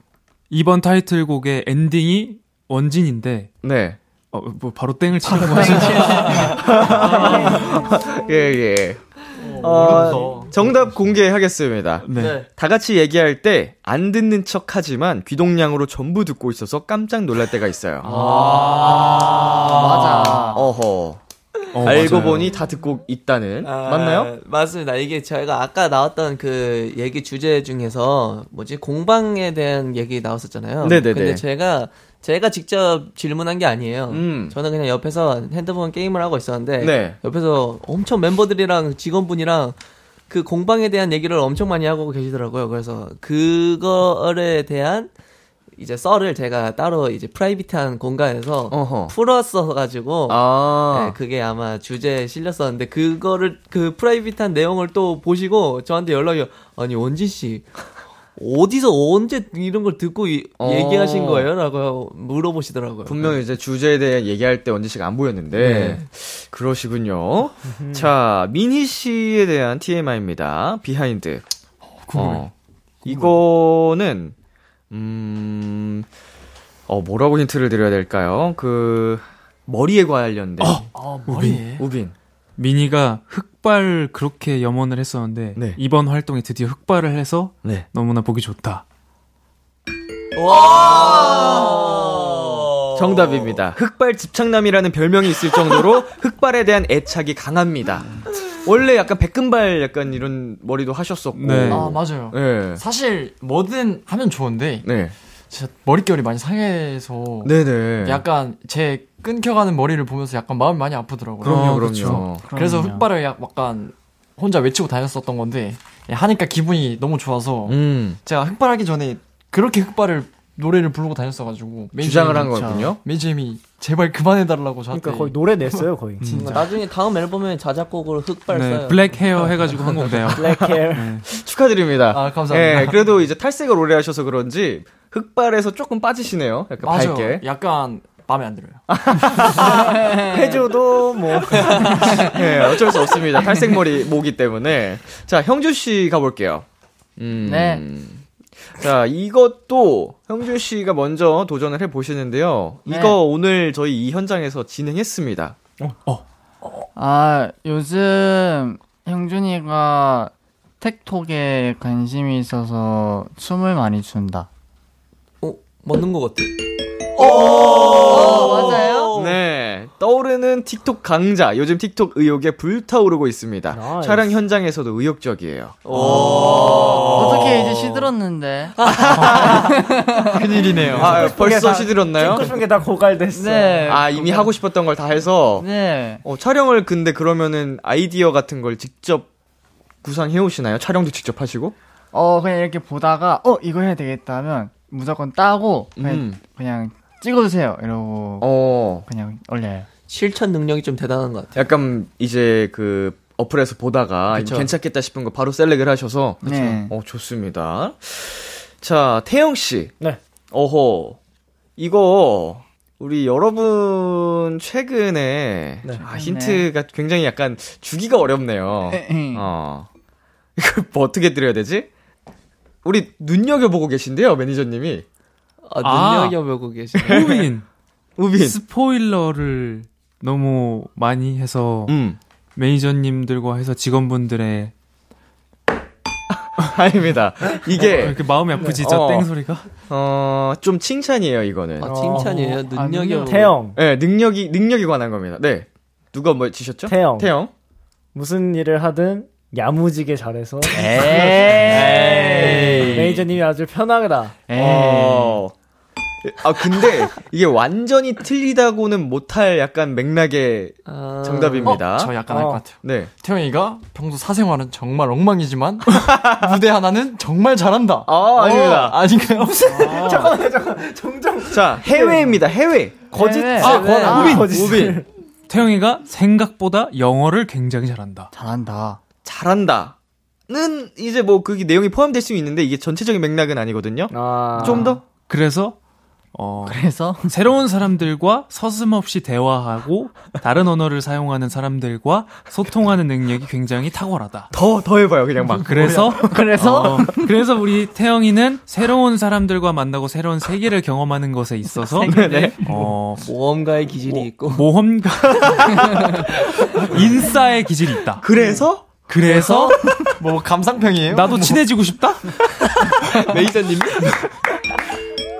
이번 타이틀곡의 엔딩이 원진인데, 네. 어, 뭐 바로 땡을 치려고 하시죠. 예, 예. 어, 정답 공개하겠습니다. 네. 다 같이 얘기할 때 안 듣는 척 하지만 귀동량으로 전부 듣고 있어서 깜짝 놀랄 때가 있어요. 맞아. 어허. 어, 알고 맞아요. 보니 다 듣고 있다는. 맞나요? 아, 맞습니다. 이게 저희가 아까 나왔던 그 얘기 주제 중에서 뭐지 공방에 대한 얘기 나왔었잖아요. 네네네. 근데 제가 제가 직접 질문한 게 아니에요. 음. 저는 그냥 옆에서 핸드폰 게임을 하고 있었는데 네. 옆에서 엄청 멤버들이랑 직원분이랑 그 공방에 대한 얘기를 엄청 많이 하고 계시더라고요. 그래서 그거에 대한 이제 썰을 제가 따로 이제 프라이빗한 아. 공간에서 어허. 풀었어 가지고 아. 네, 그게 아마 주제에 실렸었는데 그거를 그 프라이빗한 내용을 또 보시고 저한테 연락이 와- 아니 원진 씨 어디서 언제 이런 걸 듣고 이- 어. 얘기하신 거예요?라고 물어보시더라고요. 분명 이제 주제에 대한 얘기할 때 원지 씨가 안 보였는데 그러시군요. 자 민희 씨에 대한 TMI입니다. 비하인드. 어, 이거는 음. 어 뭐라고 힌트를 드려야 될까요? 그 머리에 관련된 아, 머리에. 우빈. 미니가 흑발 그렇게 염원을 했었는데 네. 이번 활동에 드디어 흑발을 해서 네. 너무나 보기 좋다. 정답입니다. 흑발 집착남이라는 별명이 있을 정도로 흑발에 대한 애착이 강합니다. 원래 약간 백금발 약간 이런 머리도 하셨었고. 네. 아 맞아요. 네. 사실 뭐든 하면 좋은데 네. 진짜 머릿결이 많이 상해서 네네. 약간 제 끊겨가는 머리를 보면서 약간 마음이 많이 아프더라고요. 그럼요, 어, 그럼요. 그쵸. 그래서 그럼요. 흑발을 약- 약간 혼자 외치고 다녔었던 건데 예, 하니까 기분이 너무 좋아서 음, 제가 흑발하기 전에 그렇게 흑발을 노래를 부르고 다녔어가지고 주장을 한 매니저님이 거군요. 매니저님이 제발 그만해달라고 자꾸. 그러니까 거의 노래 냈어요 거의. 뭔가 나중에 다음 앨범에 자작곡으로 흑발 네, 써요. 블랙 헤어 해가지고 한곡 내요. 블랙헤어. 축하드립니다. 아, 감사합니다. 예, 그래도 이제 탈색을 오래 하셔서 그런지 흑발에서 조금 빠지시네요. 약간 맞아요. 밝게. 약간 마음에 안 들어요. 해줘도 뭐 예, 어쩔 수 없습니다. 탈색머리 모기 때문에. 자, 형준 씨 가볼게요. 음. 네. 자, 이것도 형준 씨가 먼저 도전을 해 보시는데요. 네. 이거 오늘 저희 이 현장에서 진행했습니다. 아, 요즘 형준이가 틱톡에 관심이 있어서 춤을 많이 춘다. 어, 맞는 것 같아. 어, 맞아요? 네. 떠오르는 틱톡 강자. 요즘 틱톡 의혹에 불타오르고 있습니다. 나이스. 촬영 현장에서도 의욕적이에요. 어떻게 이제 시들었는데? 큰일이네요. 아, 벌써 시들었나요? 찍고 싶은 게 다 고갈됐어. 네. 아, 이미 하고 싶었던 걸 다 해서 네. 어, 촬영을 근데 그러면은 아이디어 같은 걸 직접 구상해 오시나요? 촬영도 직접 하시고? 어, 그냥 이렇게 보다가, 어, 이거 해야 되겠다 하면 무조건 따고, 그냥, 음. 그냥 찍어주세요. 이러고, 어. 그냥 올려요. 실천 능력이 좀 대단한 것 같아. 약간 이제 그 어플에서 보다가 그쵸. 괜찮겠다 싶은 거 바로 셀렉을 하셔서 네. 어, 좋습니다. 자, 태영 씨. 네. 어허. 이거 우리 여러분 최근에 네. 아, 힌트가 굉장히 약간 주기가 어렵네요. 어. 이걸 뭐 어떻게 드려야 되지? 우리 눈여겨보고 계신데요, 매니저님이. 아, 아. 능력여보고 계시네. 우빈 우빈. 스포일러를 너무 많이 해서 음. 매니저님들과 해서 직원분들의 아닙니다. 네. 이게, 이렇게 마음이 아프지 저 어. 땡 소리가 어, 좀 칭찬이에요, 이거는. 아, 칭찬이에요. 아, 능력여보고. 태영 네, 능력이, 능력이 관한 겁니다. 네. 누가 뭐 지셨죠? 태영. 태영. 무슨 일을 하든 야무지게 잘해서 매니저님이 아주 편하게라. 네. 어. 아, 근데 이게 완전히 틀리다고는 못할 약간 맥락의 아, 정답입니다. 저 약간 할 어. 것 같아요. 네. 태영이가 평소 사생활은 정말 엉망이지만 무대 하나는 정말 잘한다. 아, 아닙니다. 아닌가요? 자, 해외입니다, 해외. 거짓. 네. 아, 네. 아, 우빈. 거짓. 우빈. 태영이가 생각보다 영어를 굉장히 잘한다. 잘한다. 잘한다. 는 이제 뭐 그게 내용이 포함될 수 있는데 이게 전체적인 맥락은 아니거든요. 아. 좀 더? 그래서 어, 그래서, 새로운 사람들과 서슴없이 대화하고 다른 언어를 사용하는 사람들과 소통하는 능력이 굉장히 탁월하다. 더, 더 해봐요, 그냥 막. 그래서 그래서, 어, 그래서 우리 태영이는 새로운 사람들과 만나고 새로운 세계를 경험하는 것에 있어서 네, 어, 모험가의 기질이 있고. 모험가 인싸의 기질이 있다. 그래서? 그래서 뭐 감상평이에요? 나도 친해지고 싶다? 메이저님이?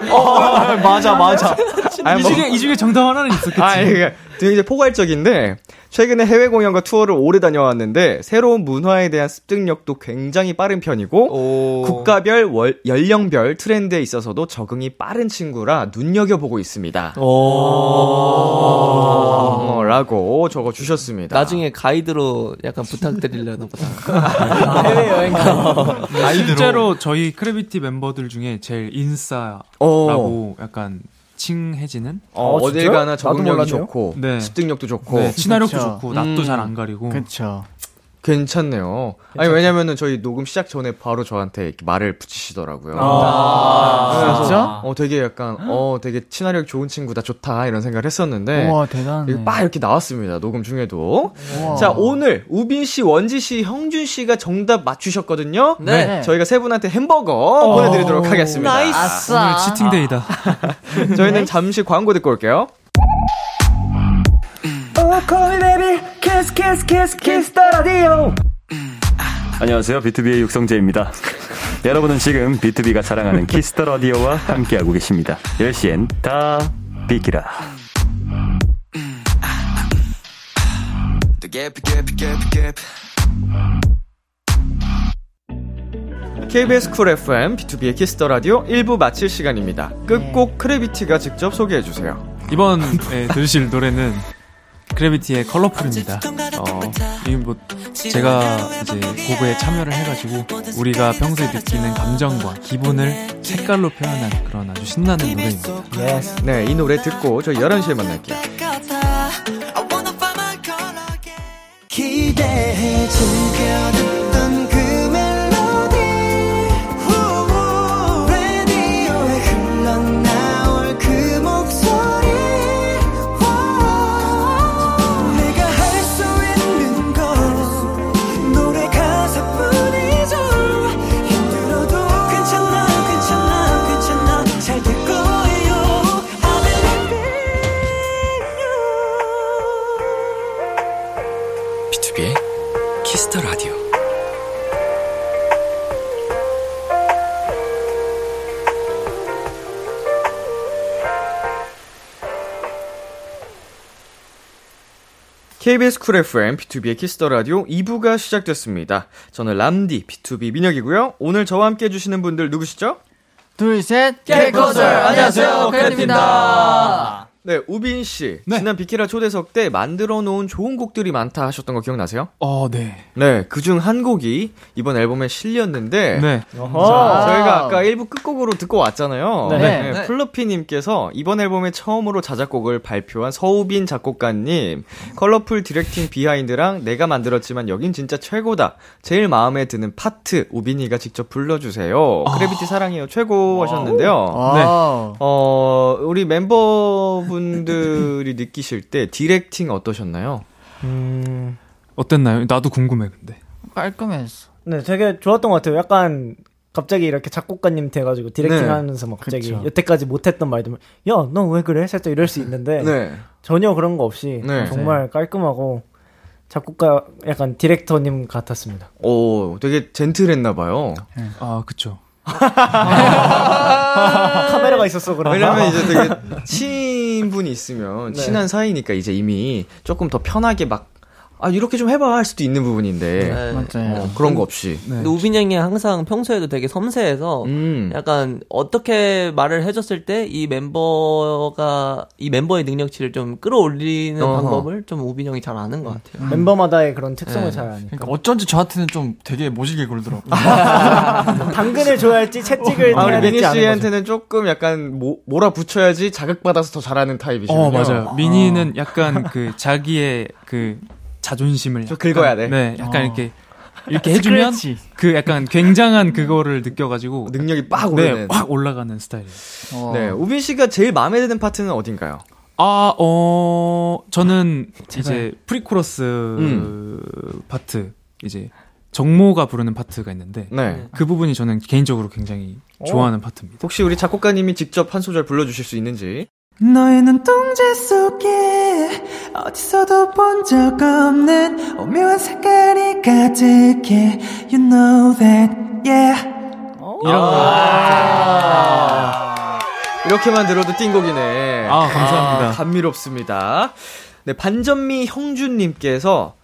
어, 맞아, 맞아. 아니, 이 뭐, 중에 이 중에 정답 하나는 있었겠지. 아, 이게 되게 포괄적인데, 최근에 해외 공연과 투어를 오래 다녀왔는데, 새로운 문화에 대한 습득력도 굉장히 빠른 편이고, 오. 국가별, 월- 연령별 트렌드에 있어서도 적응이 빠른 친구라 눈여겨보고 있습니다. 어, 라고 적어주셨습니다. 나중에 가이드로 약간 부탁드리려나 보다. 아, 해외 여행 가. 근데 아, 실제로 저희 크래비티 멤버들 중에 제일 인싸라고 어, 약간 칭해지는 어, 어, 어딜 진짜요? 가나 나도 적응력이 몰랐네요. 좋고, 네. 습득력도 어, 좋고, 네, 친화력도 그쵸. 좋고 낯도 음. 잘 안 가리고 그쵸. 괜찮네요. 아니 왜냐면은 저희 녹음 시작 전에 바로 저한테 이렇게 말을 붙이시더라고요. 진짜? 어 되게 약간 어 되게 친화력 좋은 친구다 좋다 이런 생각을 했었는데 우와, 이게 대단하네. 빡 이렇게 나왔습니다. 녹음 중에도. 우와. 자 오늘 우빈 씨, 원지 씨, 형준 씨가 정답 맞추셨거든요. 네. 저희가 세 분한테 햄버거 어. 보내드리도록 하겠습니다. 아싸. 오늘 치팅데이다. 저희는 잠시 광고 듣고 올게요. 안녕하세요. 비투비의 육성재입니다. 여러분은 지금 비투비가 사랑하는 키스터 라디오와 함께하고 계십니다. 10시엔 다 비키라. KBS 쿨 FM B2B의 키스터 라디오 1부 마칠 시간입니다. 끝곡 크래비티가 직접 소개해 주세요. 이번에 들으실 노래는 그래비티의 컬러풀입니다. 어, 이뭐 제가 이제 곡에 참여를 해가지고 우리가 평소에 느끼는 감정과 기분을 색깔로 표현한 그런 아주 신나는 노래입니다. 네, 이 노래 듣고 저희 11시에 만날게요. 기대해 즐겨 듣던 그 멜로디 후, 라디오에 흘러나올 그 목소리 와, 내가 할 수 있는 건 노래 가사뿐이죠 힘들어도 괜찮아 괜찮아 괜찮아 잘 될 거예요 I believe in you 비투비의 키스터 라디오. KBS 쿨 FM, B2B의 키스터 라디오 2부가 시작됐습니다. 저는 람디, B2B 민혁이고요. 오늘 저와 함께 해주시는 분들 누구시죠? 둘, 셋. 네. 개코절! 안녕하세요, 크래비티입니다. 네, 우빈씨. 지난 비키라 초대석 때 만들어 놓은 좋은 곡들이 많다 하셨던 거 기억나세요? 어, 네. 네, 그 중 한 곡이 이번 앨범에 실렸는데. 네. 자, 저희가 아까 1부 끝곡으로 듣고 왔잖아요. 네. 네, 네. 플러피님께서 이번 앨범에 처음으로 자작곡을 발표한 서우빈 작곡가님, 컬러풀 디렉팅 비하인드랑 내가 만들었지만 여긴 진짜 최고다. 제일 마음에 드는 파트, 우빈이가 직접 불러주세요. 크래비티 사랑해요. 최고 하셨는데요. 네. 와우. 어, 우리 멤버분들이 느끼실 때 디렉팅 어떠셨나요? 음, 어땠나요? 나도 궁금해, 근데. 깔끔했어. 네, 되게 좋았던 것 같아요. 약간 갑자기 이렇게 작곡가님 돼가지고 디렉팅 네. 하면서 막 갑자기 그쵸. 여태까지 못했던 말들, 막, 야, 너 왜 그래? 살짝 이럴 수 있는데 전혀 그런 거 없이 네. 정말 깔끔하고 작곡가 약간 디렉터님 같았습니다. 오, 되게 젠틀했나봐요. 아, 그쵸. 카메라가 있었어 그럼. 왜냐면 이제 되게 친분이 있으면 친한 사이니까 이제 이미 조금 더 편하게 막, 아, 이렇게 좀 해봐 할 수도 있는 부분인데. 네. 맞아요. 어, 그런 거 없이. 네. 근데 우빈 양이 항상 평소에도 되게 섬세해서 음. 약간 어떻게 말을 해줬을 때 이 멤버가 이 멤버의 능력치를 좀 끌어올리는 어허. 방법을 좀 우빈 형이 잘 음. 아는 것 같아요. 멤버마다의 그런 네. 특성을 잘 아니. 그러니까 어쩐지 저한테는 좀 되게 모질게 굴더라고요. 당근을 줘야 할지 채찍을 아, 해야 우리 미니 될지 네. 아는 거죠. 씨한테는 조금 약간 모, 몰아붙여야지 자극받아서 더 잘하는 타입이시군요. 어, 맞아요. 미니는 약간 그 자기의 그 자존심을. 저 약간- 긁어야 돼. 아. 네, 약간 이렇게. 이렇게 해주면 그 약간 굉장한 그거를 느껴가지고 능력이 빡 네, 아, 오르는. 확 올라가는 스타일이에요. 어. 네, 우빈 씨가 제일 마음에 드는 파트는 어딘가요? 아, 어, 저는 이제 프리코러스 음. 파트, 이제 정모가 부르는 파트가 있는데 네. 어? 그 부분이 저는 개인적으로 굉장히 좋아하는 파트입니다. 혹시 우리 작곡가님이 직접 한 소절 불러주실 수 있는지? 너의 눈동자 속에 어디서도 본 적 없는 오묘한 색깔이 가득해 You know that, yeah 어? 이런 아. 이렇게만 들어도 띵곡이네. 아, 감사합니다. 아, 감미롭습니다. 네, 반전미 형준님께서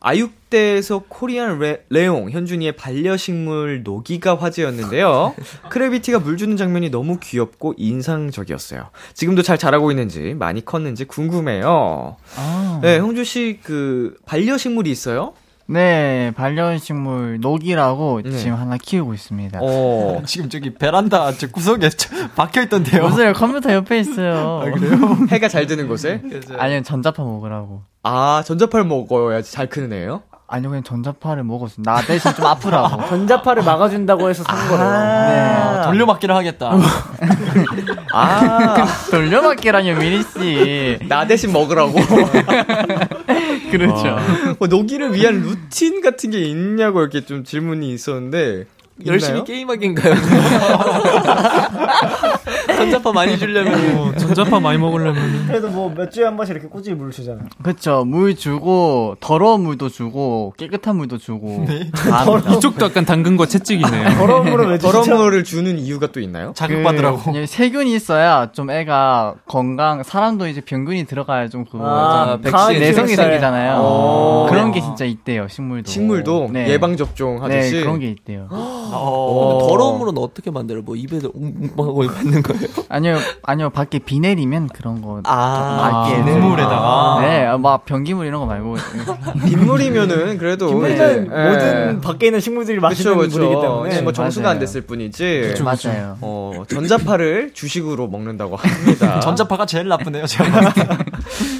아육대에서 코리안 레, 레옹 현준이의 반려식물 노기가 화제였는데요. 크래비티가 물 주는 장면이 너무 귀엽고 인상적이었어요. 지금도 잘 자라고 있는지 많이 컸는지 궁금해요. 아. 어. 네, 형준 씨 그 반려식물이 있어요? 네, 반려식물 녹이라고 네. 지금 하나 키우고 있습니다. 어. 지금 저기 베란다 저 구석에 박혀 있던데요. 무슨 컴퓨터 옆에 있어요. 네. 해가 잘 드는 곳에? 아니면 전자파 먹으라고. 아, 전자파를 먹어야지 잘 크는 애예요? 아니요, 그냥 전자파를 먹었어요. 나 대신 좀 아프라고. 네, 전자파를 막아준다고 해서 산 거래요. 돌려막기를 하겠다. 어, 아, 돌려받기라뇨, 미니씨. 나 대신 먹으라고. 그렇죠. 뭐 노기를 위한 루틴 같은 게 있냐고 이렇게 좀 질문이 있었는데 있나요? 열심히 게임하기인가요? 전자파 많이 주려면 거. 전자파 많이 네. 먹으려면 그래도 뭐 몇 주에 한 번씩 이렇게 꾸준히 물 주잖아요. 그쵸. 물 주고, 더러운 물도 주고, 깨끗한 물도 주고. 다 합니다. 이쪽도 약간 당근 거 채찍이네요. 더러운 물은 왜 더러운 주죠? 물을 주는 이유가 또 있나요? 자극받으라고. 그, 세균이 있어야 좀 애가 건강, 사람도 이제 병균이 들어가야 좀 그거. 아, 좀 아, 내성이 백신. 생기잖아요. 오. 그런 게 진짜 있대요, 식물도. 어. 식물도 네. 예방 접종 네, 하듯이 그런 게 있대요. 어. 어, 근데 더러움으로는 어떻게 만들어? 뭐 입에서 웅웅하고 받는 거예요? 아니요, 아니요, 밖에 비 내리면 그런 거. 아, 밖에 국물에다가. 네, 막 변기물 이런 거 말고. 빗물이면은 그래도 빗물은 이제, 예. 모든 밖에 있는 식물들이 그쵸, 마시는 그쵸. 물이기 때문에 예, 뭐 정수가 안 맞아요. 됐을 뿐이지. 맞아요. 어, 전자파를 주식으로 먹는다고 합니다. 전자파가 제일 나쁘네요, 제가.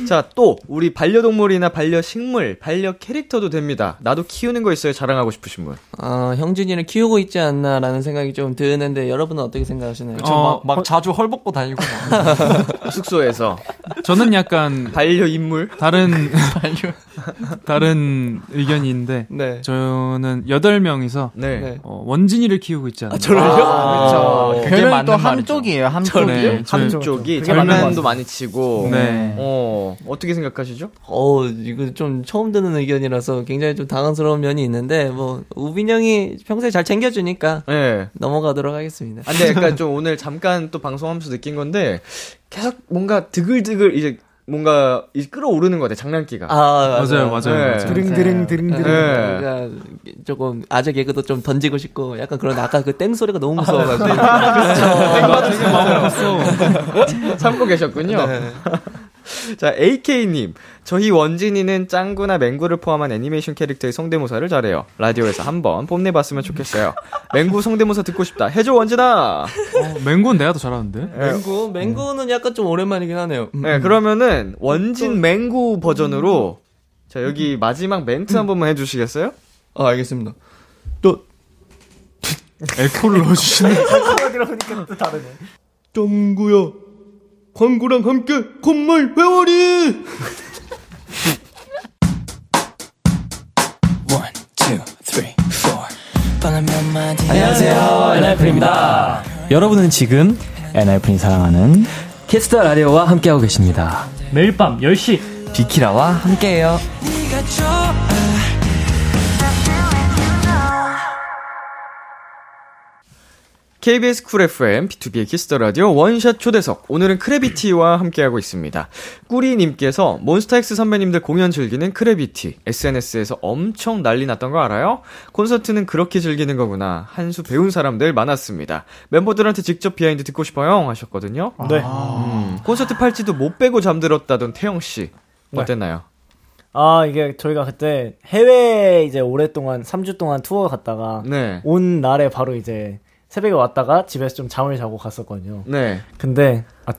자, 또 우리 반려동물이나 반려식물, 반려 캐릭터도 됩니다. 나도 키우는 거 있어요. 자랑하고 싶으신 분. 아, 형준이를 키우고 있지 않나라는 생각이 좀 드는데 여러분은 어떻게 생각하시나요? 저 막, 막 자주 헐벗고 다니고. 막. 숙소에서 저는 약간 반려인물. 다른 다른 의견인데 네. 저는 8명이서 어, 네. 네. 원진이를 키우고 있잖아요. 아, 그게 별은 맞는 또 말이죠. 함쪽이에요, 함쪽이. 네. 한쪽이 그게 맞는 것 장난도 같아요. 많이 치고. 네. 어, 어떻게 생각하시죠? 어, 이거 좀 처음 듣는 의견이라서 굉장히 좀 당황스러운 면이 있는데 뭐 우빈 형이 평소에 잘 챙겨주니까 네. 넘어가도록 하겠습니다. 아, 근데 약간 좀 오늘 잠깐 또 방송하면서 느낀 건데 계속 뭔가 드글드글 이제 뭔가 이 끌어오르는 것 같아 장난기가. 아, 맞아요, 맞아요. 네. 맞아요. 드릉드릉 드릉드릉 네. 그러니까 조금 아재 개그도 좀 던지고 싶고 약간 그런 아까 그 땡 소리가 너무 무서워가지고 참고 계셨군요. 네. 자, AK님. 저희 원진이는 짱구나 맹구를 포함한 애니메이션 캐릭터의 성대모사를 잘해요. 라디오에서 한번 뽐내봤으면 좋겠어요. 맹구 성대모사 듣고 싶다. 해줘, 원진아! 어, 맹고는 내가 더 네. 잘하는데. 맹구 맹구는 약간 좀 오랜만이긴 하네요. 음. 네, 그러면은, 원진 맹구 버전으로, 음. 자, 여기 마지막 멘트 한 번만 해주시겠어요? 아 알겠습니다. 또 에코를 넣어주시네. 들어보니까 또 다르네 정구야 광고랑 함께 건물 회원이 안녕하세요 엔하이픈입니다 여러분은 지금 엔하이픈이 사랑하는 키스터 라디오와 함께하고 계십니다 매일 밤 10시 비키라와 함께해요 KBS 쿨 FM, B2B의 키스터 라디오 원샷 초대석. 오늘은 크래비티와 함께하고 있습니다. 꾸리님께서 몬스타엑스 선배님들 공연 즐기는 크래비티. SNS에서 엄청 난리 났던 거 알아요? 콘서트는 그렇게 즐기는 거구나. 한 수 배운 사람들 많았습니다. 멤버들한테 직접 비하인드 듣고 싶어요. 하셨거든요. 네. 음, 콘서트 팔찌도 못 빼고 잠들었다던 태영씨. 어땠나요? 아 이게 저희가 그때 해외 이제 오랫동안 3주 동안 투어 갔다가 네. 온 날에 바로 이제 새벽에 왔다가 집에서 좀 잠을 자고 갔었거든요. 네. 근데 아,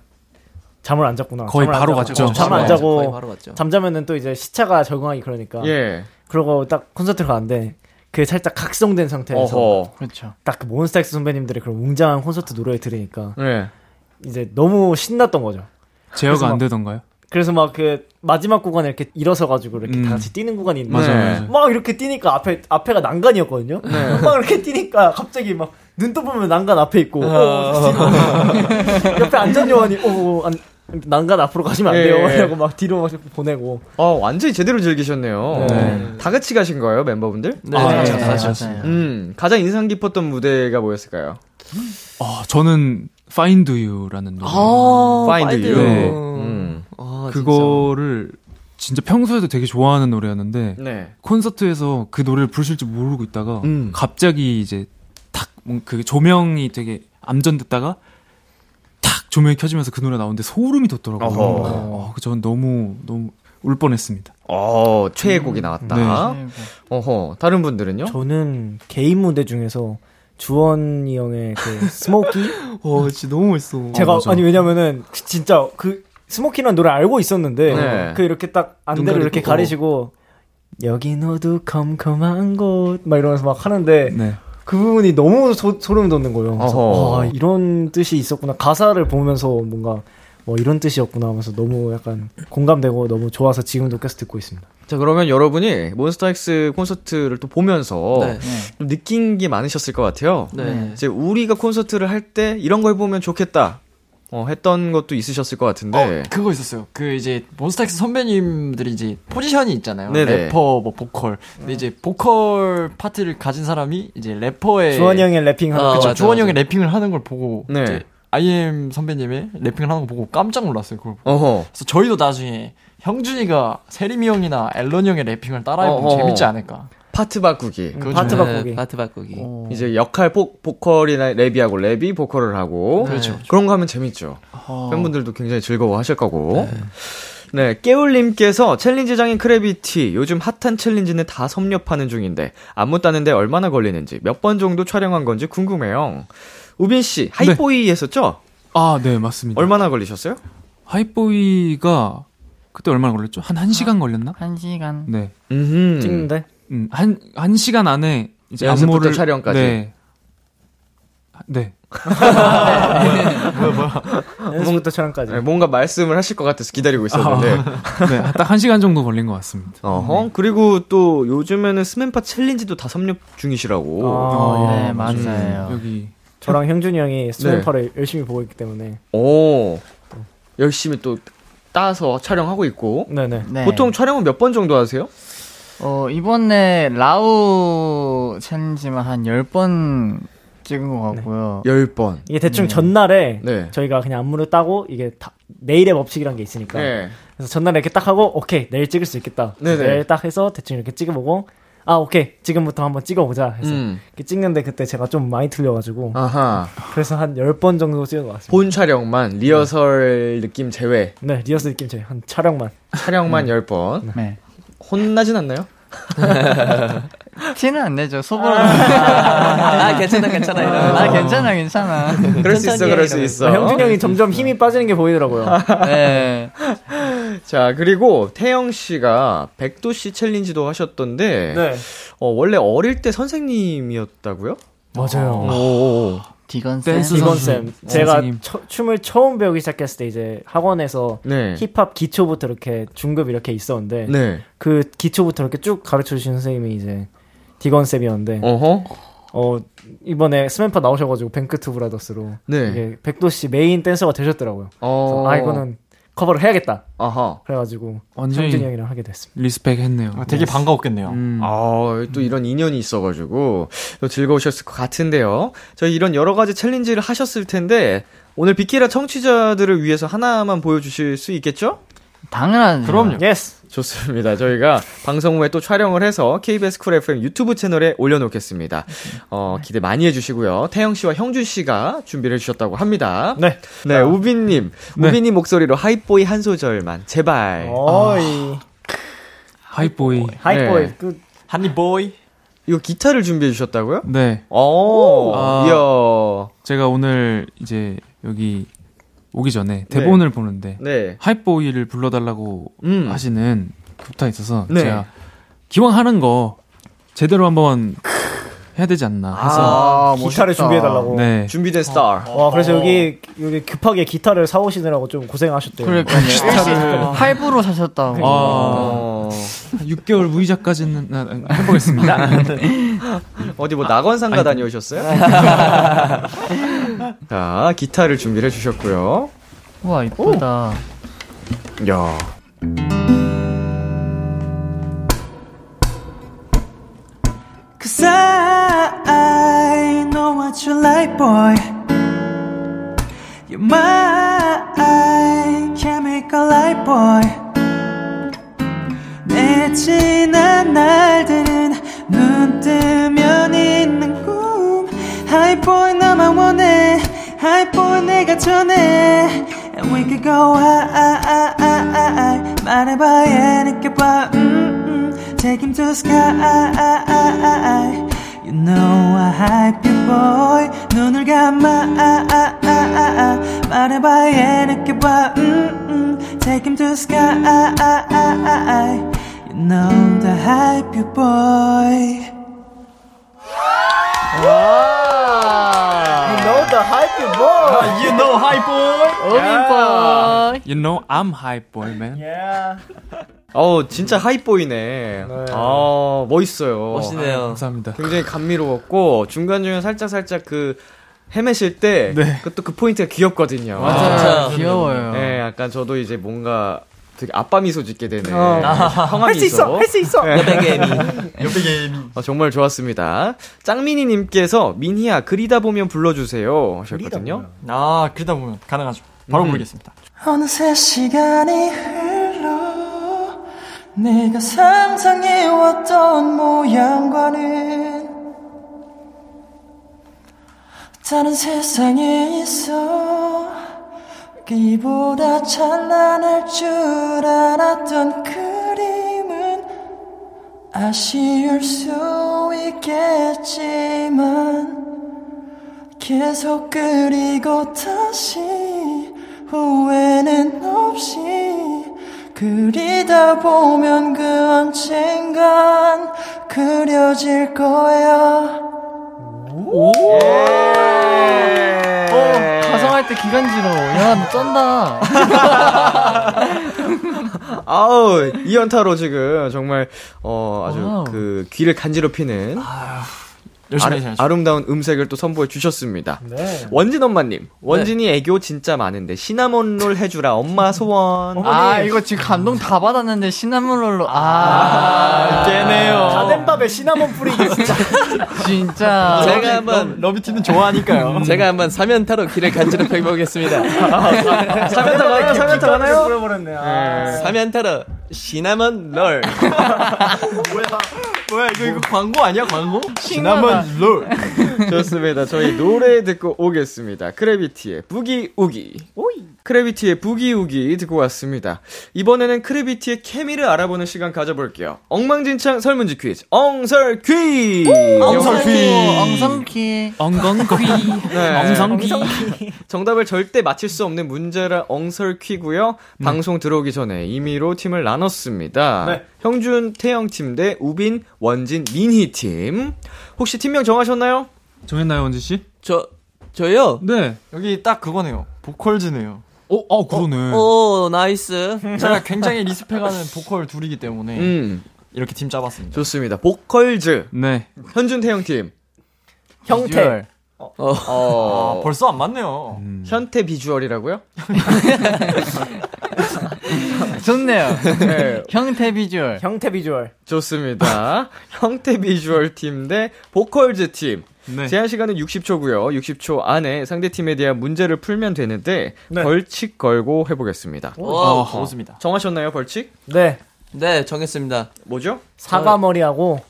잠을 안 잤구나. 거의 잠을 안 바로 자고. 갔죠. 네. 어, 잠을 바로 안 갔죠. 자고 거의 바로 갔죠. 잠자면은 또 이제 시차가 적응하기 그러니까. 예. 그러고 딱 콘서트를 갔는데 그게 살짝 각성된 상태에서 어허. 그렇죠. 딱 그 몬스타엑스 선배님들의 그런 웅장한 콘서트 노래 들으니까 네. 이제 너무 신났던 거죠. 제어가 안 되던가요? 그래서 막 그 마지막 구간에 이렇게 일어서 가지고 이렇게 음. 다 같이 뛰는 구간이 있는데 맞아요. 네. 맞아요. 막 이렇게 뛰니까 앞에 앞에가 난간이었거든요. 막 이렇게 뛰니까 갑자기 막 눈 떠보면 난간 앞에 있고 어, 옆에 앉은 요원이 어, 어, 안- 난간 앞으로 가시면 안 돼요. 예. 라고 막 뒤로 막 보내고 어, 완전히 제대로 즐기셨네요. 다 같이 가신 거예요, 멤버분들? 네, 아, 네. 맞아요. 맞아요. 음, 가장 인상 깊었던 무대가 뭐였을까요? 아, 저는 Find You라는 노래. 어, Find You. 네. 음. 아, 그거를 진짜 평소에도 되게 좋아하는 노래였는데 네. 콘서트에서 그 노래를 부르실 줄 모르고 있다가 음. 갑자기 이제 탁그 조명이 되게 암전됐다가 탁 조명이 켜지면서 그 노래 나오는데 소름이 돋더라고요. 어허. 어, 그 저는 너무 너무 울 뻔했습니다. 어, 최애곡이 나왔다. 네. 어허, 다른 분들은요? 저는 개인 무대 중에서 주원이 형의 그 스모키 와 진짜 너무 멋있어. 제가 아니 왜냐면은 그 진짜 그 스모키라는 노래 알고 있었는데 네. 그 이렇게 딱 안대를 눈 이렇게 가리고. 가리시고 여긴 어두컴컴한 곳 막 이러면서 막 하는데 네. 그 부분이 너무 소, 소름 돋는 거예요. 그래서 어허. 와, 이런 뜻이 있었구나. 가사를 보면서 뭔가 뭐 이런 뜻이었구나 하면서 너무 약간 공감되고 너무 좋아서 지금도 계속 듣고 있습니다. 자, 그러면 여러분이 몬스타엑스 콘서트를 또 보면서 네. 좀 느낀 게 많으셨을 것 같아요. 네. 네. 이제 우리가 콘서트를 할 때 이런 거 해보면 좋겠다. 어, 했던 것도 있으셨을 것 같은데. 그거 있었어요. 그 이제 몬스타엑스 선배님들이 이제 포지션이 있잖아요. 네네. 래퍼, 뭐 보컬. 근데 이제 보컬 파트를 가진 사람이 이제 래퍼의 주원이 형의 래핑 하나. 아, 그쵸, 맞아, 맞아. 주원이 형의 래핑을 하는 걸 보고 네. 어? 이제 IM 선배님의 래핑을 하는 걸 보고 깜짝 놀랐어요. 그걸 보고. 어허. 그래서 저희도 나중에 형준이가 세림이 형이나 앨런 형의 래핑을 따라해보면 어허. 재밌지 않을까. 파트 바꾸기. 그거 음, 파트 좀- 바꾸기. 파트 바꾸기. 이제 역할 포, 보컬이나 랩이하고 랩이 보컬을 하고 그렇죠. 아. 그런 거 하면 재밌죠. 어. 팬분들도 굉장히 즐거워하실 거고. 네, 깨울님께서 챌린지장인 크래비티 요즘 핫한 챌린지는 다 섭렵하는 중인데 안무 따는데 얼마나 걸리는지 몇 번 정도 촬영한 건지 궁금해요. 우빈 씨 하이보이 했었죠? 아, 네, 맞습니다. 얼마나 걸리셨어요? 하이보이가 그때 얼마나 걸렸죠? 한 1시간 걸렸나? 한 시간. 네. 음. 찍는데 음, 한, 한 시간 안에 이제 연습부터 안무를 촬영까지. 네. 아, 네. 음. 연습부터 촬영까지. 네, 뭔가 말씀을 하실 것 같아서 기다리고 있었는데. 아. 네. 딱 한 시간 정도 걸린 것 같습니다. 어허. 그리고 또 요즘에는 스맨파 챌린지도 다 섭렵 중이시라고. 어, 아, 네, 음, 맞아요. 여기 저랑 형준이 네. 형이 스맨파를 열심히 보고 있기 때문에. 오. 열심히 또 따서 촬영하고 있고. 네네. 네. 보통 촬영은 몇 번 정도 하세요? 어, 이번에 라우 챌린지만 한 10번 찍은 것 같고요. 10번. 이게 대충 네. 전날에 음. 네. 저희가 그냥 안무를 따고 이게 다 내일의 법칙이란 게 있으니까. 네. 그래서 전날에 이렇게 딱 하고 오케이 내일 찍을 수 있겠다. 네네. 내일 딱 해서 대충 이렇게 찍어보고 아 오케이 지금부터 한번 찍어보자 해서 음. 이렇게 찍는데 그때 제가 좀 많이 틀려가지고 아하. 그래서 한 10번 정도 찍은 것 같습니다. 본 촬영만, 리허설 느낌 제외. 네 리허설 느낌 제한 촬영만. 예, 촬영만 10번. 네. 혼나진 않나요? 티는 안 내죠. 속으로. 아, 괜찮아, 괜찮아. 이러면서. 아, 괜찮아, 괜찮아. 그럴 수 있어, 천천히 해, 예, 그럴 수 이러면서. 있어. 네, 아. 형준 형이 점점 힘이 빠지는 게 보이더라고요. 네. 자, 그리고 태영 씨가 백도 씨 챌린지도 하셨던데, 네 어, 원래 어릴 때 선생님이었다고요? 맞아요. 어, 오. 디건 네, 쌤. 댄스 이건 선수, 쌤 제가 선생님. 처- 춤을 처음 배우기 시작했을 때 이제 학원에서 네. 힙합 기초부터 이렇게 중급 이렇게 있었는데 네. 그 기초부터 이렇게 쭉 가르쳐 주신 선생님이 이제 디건 쌤이었는데 어. 어허. 이번에 스맨파 나오셔가지고 뱅크투 브라더스로 네. 이게 백도 씨 메인 댄서가 되셨더라고요. 어. 그래서 아 이거는 커버를 해야겠다. 아하. 그래가지고 완전히 형준이 형이랑 하게 됐습니다. 리스펙 했네요. 아, 되게 반가웠겠네요. 음. 아, 또 이런 인연이 있어가지고, 또 즐거우셨을 것 같은데요. 저희 이런 여러 가지 챌린지를 하셨을 텐데, 오늘 비키라 청취자들을 위해서 하나만 보여주실 수 있겠죠? 당연하죠. 그럼요. 예스. 좋습니다. 저희가 방송 후에 또 촬영을 해서 KBS 쿨 FM 유튜브 채널에 올려놓겠습니다. 어, 기대 많이 해주시고요. 태영 씨와 형준 씨가 준비를 해주셨다고 합니다. 네. 네, 우빈님. 네. 우빈님 목소리로 하이보이 한 소절만, 제발. 어이 하이보이. 하이보이 아. 네. 그 한니보이. 이거 기타를 준비해주셨다고요? 네. 오, 아. 이야. 제가 오늘 이제 여기 오기 전에 대본을 보는데 네. 하이보이를 불러달라고 음. 하시는 그룹타 있어서 네. 제가 기왕 하는 거 제대로 한번 해야 되지 않나 해서 아, 기타를 준비해달라고. 네 준비된 스타. 와 그래서 여기 여기 급하게 기타를 사오시느라고 좀 고생하셨대요. 그러니까요. 일시 할부로 네. 사셨다고. 아, 어. 6개월 무이자까지는 아, 아, 해보겠습니다. 어디 뭐 낙원상가 다녀오셨어요? 자, 기타를 준비를 해주셨고요. 우와, 이쁘다. 야 Cause I know what you like, boy. You're my chemical light, boy. 내 지난 날들은 눈 뜨면 있는 꿈. High boy, 나만 원해. High boy, 내가 전해. And we could go high. 말해봐, yeah, 느껴봐. 음, 음. Take him to the sky. You know I hype you boy 눈을 감아 말해봐 예 느껴봐 음, 음. Take him to the sky 아, You know I hype you boy You know the hype you boy. You know 하이보이. 어민보이. you know I'm high boy man. 어우, 진짜 하이보이네. 아, 멋있어요. 멋있네요. 감사합니다. 굉장히 감미로웠고, 중간중간 살짝살짝 그, 헤매실 때, 그것도 그 포인트가 귀엽거든요. 맞아요. 귀여워요. 네, 약간 저도 이제 뭔가 되게 아빠 미소 짓게 되는 할 성함이 수 있어. 할 수 있어. 옆에 개미. 어, 정말 좋았습니다. 짱민이님께서 민희야 그리다 보면 불러주세요 하셨거든요. 아, 그러다 보면 가능하죠. 바로 부르겠습니다. 어느새 시간이 흘러 내가 상상해왔던 모양과는 다른 세상에 있어 이보다 찬란할 줄 알았던 그림은 아쉬울 수 있겠지만 계속 그리고 다시 후회는 없이 그리다 보면 그 언젠간 그려질 거야. 네. 어, 가성할 때 기간지로. 야, 너 쩐다. 아우 이 연타로 지금 정말 어 아주 와우. 그 귀를 간지럽히는 열심히 아, 해야죠. 아름다운 음색을 또 선보여 주셨습니다. 원진 엄마님, 원진이 애교 진짜 많은데 시나몬 롤 해주라 엄마 소원. 아, 이거 지금 감동 다 받았는데 시나몬 롤로. 아, 다된 밥에 시나몬 뿌리기 진짜. 진짜. 네. 제가 한번 아, 러비팀은 좋아하니까요. 아, 제가 한번 사면타로 귀를 간지럽혀 보겠습니다. 사면타 많아요, 사면타 많아요. 뿌려버렸네. 아. 사면타로 시나몬 롤. 뭐야 이거 이거 광고 아니야 광고? 시나몬 롤. 좋습니다. 저희 노래 듣고 오겠습니다. 크래비티의 부기우기. 크래비티의 부기우기 듣고 왔습니다. 이번에는 크래비티의 케미를 알아보는 시간 가져볼게요. 엉망진창 설문지 퀴즈. 엉설 퀴즈! 엉설 퀴즈. 어, 엉성키. 엉겅퀴 네. 엉성귀 정답을 절대 맞힐 수 없는 문제라 엉설 퀴고요. 방송 들어오기 전에 임의로 팀을 나눴습니다. 네. 형준, 태영 팀 대 우빈, 원진, 민희 팀. 혹시 팀명 정하셨나요? 정했나요 원진 씨? 저 저요. 네. 여기 딱 그거네요. 보컬즈네요. 어, 어 그러네. 오 나이스. 제가 굉장히 리스펙하는 보컬 둘이기 네. 때문에 음, 이렇게 팀 짜봤습니다. 좋습니다. 보컬즈. 네. 현준, 태영 팀. 형태. 어, 아 벌써 안 맞네요. 현태 비주얼이라고요? 좋네요. 네, 형태 비주얼. 형태 비주얼. 좋습니다. 형태 비주얼 팀 대 보컬즈 팀. 네. 제한 시간은 60초고요. 60초 안에 상대 팀에 대한 문제를 풀면 되는데 벌칙 걸고 해보겠습니다. 와. 좋습니다. 정하셨나요 벌칙? 네. 어, 네 정했습니다. 뭐죠? 사과머리하고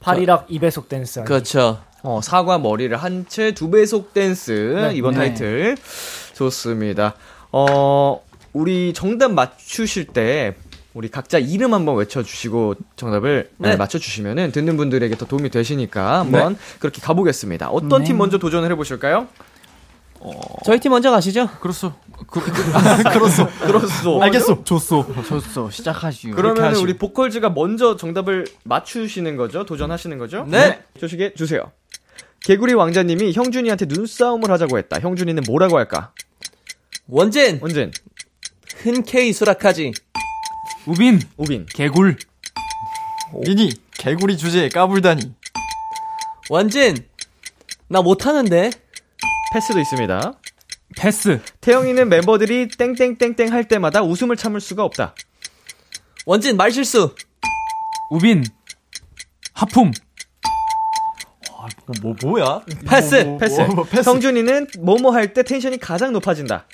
파리락 2배속 댄스. 그렇죠. 어, 사과 머리를 한 채 두 배속 댄스 이번 네. 타이틀 좋습니다. 어 우리 정답 맞추실 때 우리 각자 이름 한번 외쳐주시고 정답을 네. 네, 맞춰주시면은 듣는 분들에게 더 도움이 되시니까 한번 그렇게 가보겠습니다. 어떤 네. 팀 먼저 도전을 해보실까요? 저희 팀 먼저 가시죠. 그렇소. 들었어. 알겠소. 좋소. 좋소. 시작하시오. 그러면 우리 보컬즈가 먼저 정답을 맞추시는 거죠? 도전하시는 거죠? 네. 조식에 주세요. 개구리 왕자님이 형준이한테 눈싸움을 하자고 했다. 형준이는 뭐라고 할까? 원진 원진, 흔쾌히 수락하지. 우빈 우빈. 개굴 미니 개구리 주제에 까불다니. 원진 나 못하는데. 패스도 있습니다. 패스 태영이는 멤버들이 땡땡땡땡 할 때마다 웃음을 참을 수가 없다. 원진 말실수. 우빈 하품 뭐 뭐야? 패스. 패스. 뭐, 패스. 성준이는 뭐뭐 할 때 텐션이 가장 높아진다.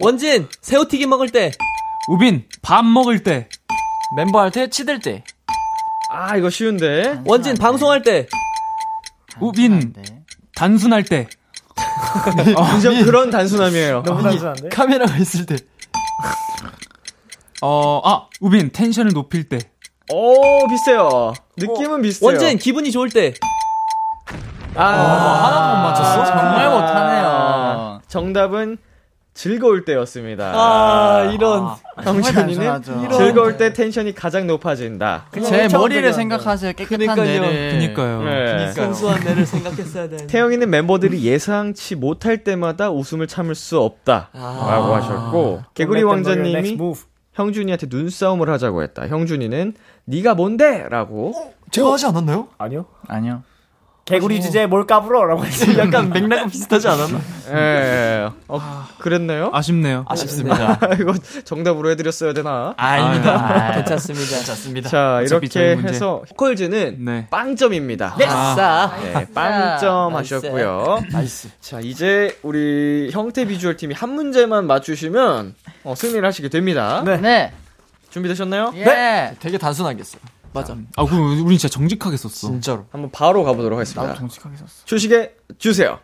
원진 새우튀김 먹을 때. 우빈 밥 먹을 때 멤버 할 때 치댈 때. 아, 이거 쉬운데. 아, 네. 원진 방송할 때. 우빈 단순할 때 네. 진짜 그런 단순함이에요. 너무 단순한데? 카메라가 있을 때. 어, 아, 우빈, 텐션을 높일 때. 오, 어, 비슷해요. 느낌은 비슷해요. 원진 기분이 좋을 때. 어, 하나도 못 맞췄어? 정말 아, 못하네요. 정답은 즐거울 때였습니다. 아 이런. 정말 형준이는 단순하죠. 즐거울 때 텐션이 가장 높아진다. 제 처음 머리를 들어간다. 생각하세요. 깨끗한 그니까요. 뇌를. 그니까요. 네. 순수한 내를 생각했어야 되는데. 태영이는 멤버들이 예상치 못할 때마다 웃음을 참을 수 없다. 아. 라고 아. 하셨고, 개구리 왕자님이 형준이한테 눈싸움을 하자고 했다. 형준이는 네가 뭔데? 라고. 제가 하지 않았나요? 아니요. 아니요. 개구리 주제에 뭘 까불어라고 했어요. 약간 맥락은 비슷하지 않았나? 예. 어, 그랬나요? 아. 아쉽네요. 아쉽습니다. 이거 정답으로 해드렸어야 되나? 아닙니다. 괜찮습니다. 괜찮습니다. 자, 이렇게 어차피 저희 문제. 해서 코컬즈는 네. 빵점입니다. 아싸. 네, 빵점 나이스. 하셨고요. 나이스. 자, 이제 우리 형태 비주얼 팀이 한 문제만 맞추시면 어, 승리를 하시게 됩니다. 네. 준비되셨나요? 예. 되게 단순하겠어요. 맞아. 아, 그럼 우린 진짜 정직하게 썼어. 진짜로. 한번 바로 가보도록 하겠습니다. 나도 정직하게 썼어. 주식에 주세요.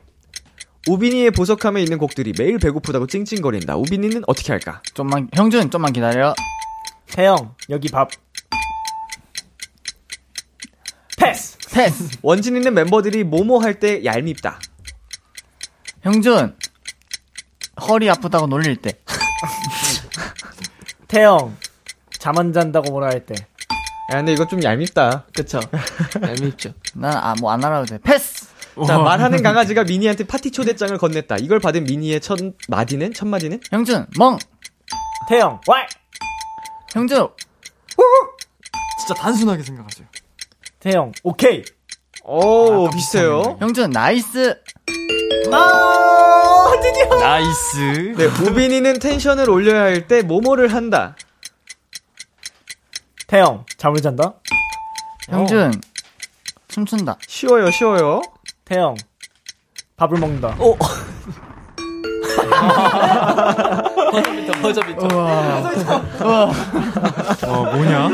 우빈이의 보석함에 있는 곡들이 매일 배고프다고 찡찡거린다. 우빈이는 어떻게 할까? 좀만 형준 좀만 기다려. 태영 여기 밥 패스 패스. 원진이는 멤버들이 뭐뭐 할 때 얄밉다. 형준 허리 아프다고 놀릴 때. 태영 잠 안 잔다고 뭐라 할때 야, 근데 이거 좀 얄밉다. 그쵸. 얄밉죠. 난 아 뭐 안 알아도 돼. 패스. 자, 말하는 강아지가 미니한테 파티 초대장을 건넸다. 이걸 받은 미니의 첫 마디는? 첫 마디는? 형준 멍. 태영 왈 형준 진짜 단순하게 생각하세요. 태영 오케이 오, 비슷해요. 형준 나이스. 아 드디어 나이스. 네, 우빈이는 텐션을 올려야 할 때 뭐뭐를 한다. 태영 잠을 잔다 형준 춤춘다. 쉬워요, 쉬워요. 태영 밥을 먹는다 버저비터, 버저비터. 어, 뭐냐?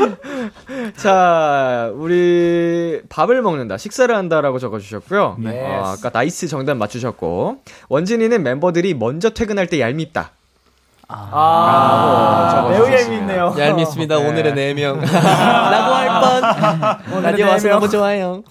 자, 우리 밥을 먹는다, 식사를 한다라고 적어주셨고요. 어, 아까 나이스 정답 맞추셨고 원진이는 멤버들이 먼저 퇴근할 때 얄밉다. 아, 매우 적어주셨습니다. 얄밉네요 얄밉습니다. 오늘의 네명 라고 할 뻔. 네 라디오 와서 너무 좋아요.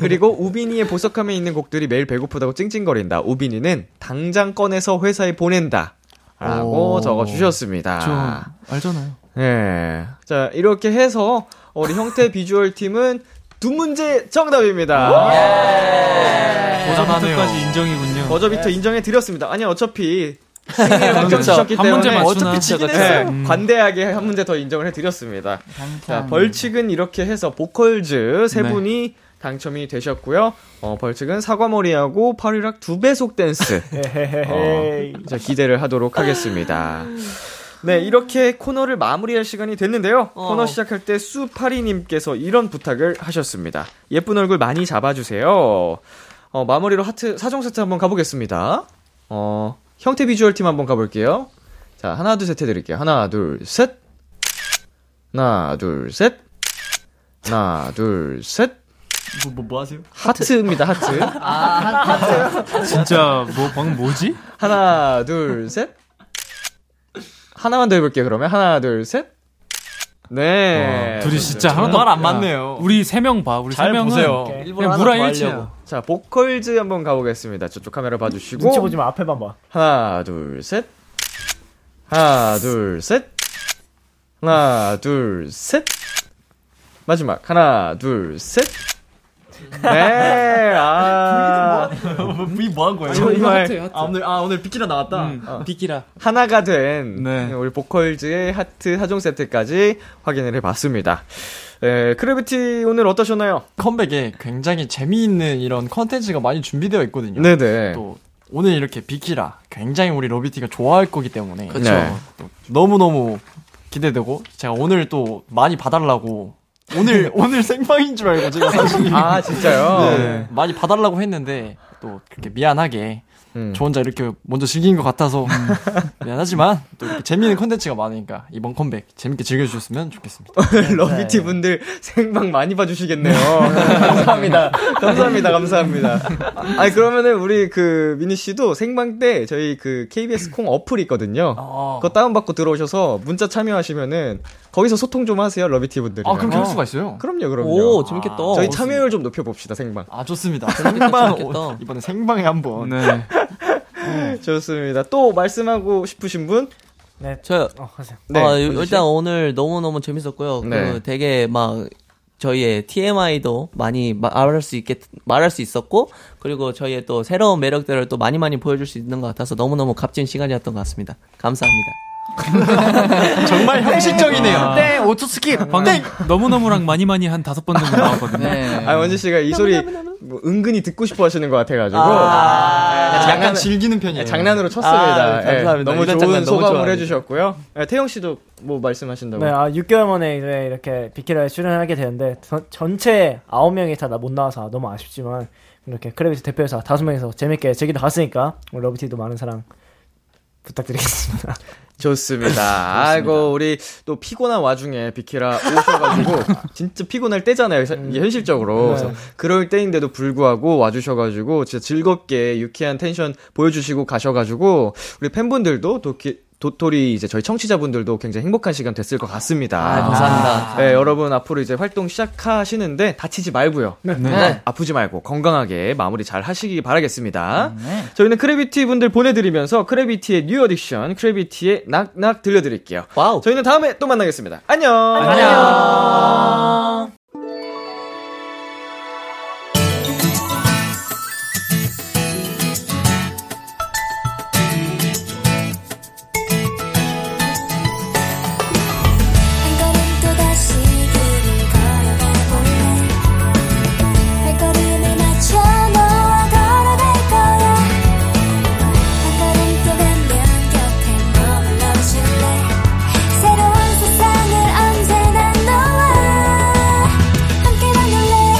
그리고 우빈이의 보석함에 있는 곡들이 매일 배고프다고 찡찡거린다. 우빈이는 당장 꺼내서 회사에 보낸다. 라고 오. 적어주셨습니다. 좀 알잖아요. 예. 자, 이렇게 해서 우리 형태 비주얼 팀은 두 문제 정답입니다. 예. 도전하네요까지 인정이군요. 네, 버저비터 인정해드렸습니다. 아니, 어차피. 승리를 확정시켰기 한 문제 때문에 맞추나? 네, 예. 음. 어차피 지긴 그쵸, 했어요. 관대하게 한 문제 더 인정을 해드렸습니다. 자, 벌칙은 이렇게 해서 보컬즈 세 네. 분이 당첨이 되셨고요. 어, 벌칙은 사과머리하고 파리락 두 배속 댄스. 헤헤헤 자, 기대를 하도록 하겠습니다. 네, 이렇게 코너를 마무리할 시간이 됐는데요. 어. 코너 시작할 때 수파리님께서 이런 부탁을 하셨습니다. 예쁜 얼굴 많이 잡아주세요. 어, 마무리로 하트, 사정 세트 한번 가보겠습니다. 어, 형태 비주얼 팀 한번 가볼게요. 자, 하나, 둘, 셋 해드릴게요. 하나, 둘, 셋. 하나, 둘, 셋. 하나, 둘, 셋. 뭐, 뭐, 뭐 하세요? 하트입니다, 하트. 진짜 뭐 방금 뭐지? 하나, 둘, 셋. 하나만 더 해볼게요, 그러면. 하나, 둘, 셋. 네. 어, 둘이 진짜 하나도 네, 정말 안 야, 맞네요. 우리 세 명 봐. 우리 세 명은 그냥 무라 일치야. 자, 보컬즈 한번 가보겠습니다. 저쪽 카메라 눈치 봐주시고. 보지 마 앞에만 봐 하나, 둘, 셋. 하나, 둘, 셋. 하나, 둘, 셋. 마지막. 하나, 둘, 셋. 네, 아. 우리 뭐한 거예요? 정말 아, 오늘 아 오늘 비키라 나왔다. 음. 어. 비키라. 하나가 된 네. 우리 보컬즈의 하트 하종 세트까지 확인을 해봤습니다. 에, 크래비티 오늘 어떠셨나요? 컴백에 굉장히 재미있는 이런 컨텐츠가 많이 준비되어 있거든요. 네네. 또 오늘 이렇게 비키라 굉장히 우리 러비티가 좋아할 거기 때문에 그렇죠. 그쵸. 네. 또 너무너무 기대되고 제가 오늘 또 많이 봐달라고 오늘 오늘 생방인 줄 알고 제가 사실 아 진짜요? 네, 많이 봐달라고 했는데 또 그렇게 미안하게 음. 저 혼자 이렇게 먼저 즐긴 것 음. 같아서 미안하지만 또 이렇게 재미있는 컨텐츠가 많으니까 이번 컴백 재밌게 즐겨주셨으면 좋겠습니다. 러비티 분들 생방 많이 봐주시겠네요. 감사합니다. 감사합니다. 감사합니다. 아니 그러면은 우리 그 미니 씨도 생방 때 저희 그 KBS 콩 어플이 있거든요. 아. 그거 다운받고 들어오셔서 문자 참여하시면은 거기서 소통 좀 하세요 러비티 분들. 아 그렇게 할 수가 있어요? 그럼요, 그럼요. 아, 오, 재밌겠다. 어, 저희 참여율 좀 높여봅시다 생방. 아 좋습니다. 생방 재밌겠다. 오- 이번에 생방에 한번 네. 좋습니다. 또 말씀하고 싶으신 분? 저요. 어, 하세요. 네, 아, 권지 씨. 일단 오늘 너무너무 재밌었고요. 네. 그 되게 막 저희의 TMI도 많이 말할 수 있게 말할 수 있었고 그리고 저희의 또 새로운 매력들을 또 많이 많이 보여줄 수 있는 것 같아서 너무너무 값진 시간이었던 것 같습니다. 감사합니다. 정말 형식적이네요. 네 5초 스킵. 아. 방금 너무너무랑 많이 많이 한 다섯 번 정도 나왔거든요. 네. 아 원지 씨가 이 소리 뭐 은근히 듣고 싶어 하시는 것 같아가지고 약간 네, 장난, 즐기는 편이에요. 장난으로 쳤습니다. 아, 네, 감사합니다. 예, 너무 이런 좋은 장난 너무 소감을 좋아합니다. 해주셨고요. 예, 태영 씨도 뭐 말씀하신다고. 네, 아, 6개월 만에 이제 이렇게 비키라에 출연하게 되는데 전- 전체 9명이 다 못 나와서 너무 아쉽지만 이렇게 크래비티 대표에서 5명이서 재밌게 즐기다 갔으니까 우리 러브티도 많은 사랑 부탁드리겠습니다. 좋습니다. 아이고 우리 또 피곤한 와중에 비키라 오셔가지고 진짜 피곤할 때잖아요. 사- 이게 현실적으로 음. 그래서 그럴 때인데도 불구하고 와주셔가지고 진짜 즐겁게 유쾌한 텐션 보여주시고 가셔가지고 우리 팬분들도 도키 도토리 이제 저희 청취자분들도 굉장히 행복한 시간 됐을 것 같습니다. 아, 감사합니다. 네, 여러분 앞으로 이제 활동 시작하시는데 다치지 말고요. 네. 아프지 말고 건강하게 마무리 잘 하시기 음. 바라겠습니다. 네. 저희는 크래비티 분들 보내드리면서 크래비티의 뉴 어딕션, 크래비티의 낙낙 들려드릴게요. 와우. 저희는 다음에 또 만나겠습니다. 안녕. 한 걸음 또다시 길을 걸어가볼래 발걸음을 맞춰 너와 걸어갈 거야 한 걸음 또 가면 곁에 머물러줄래 새로운 세상을 언제나 너와 함께 만날래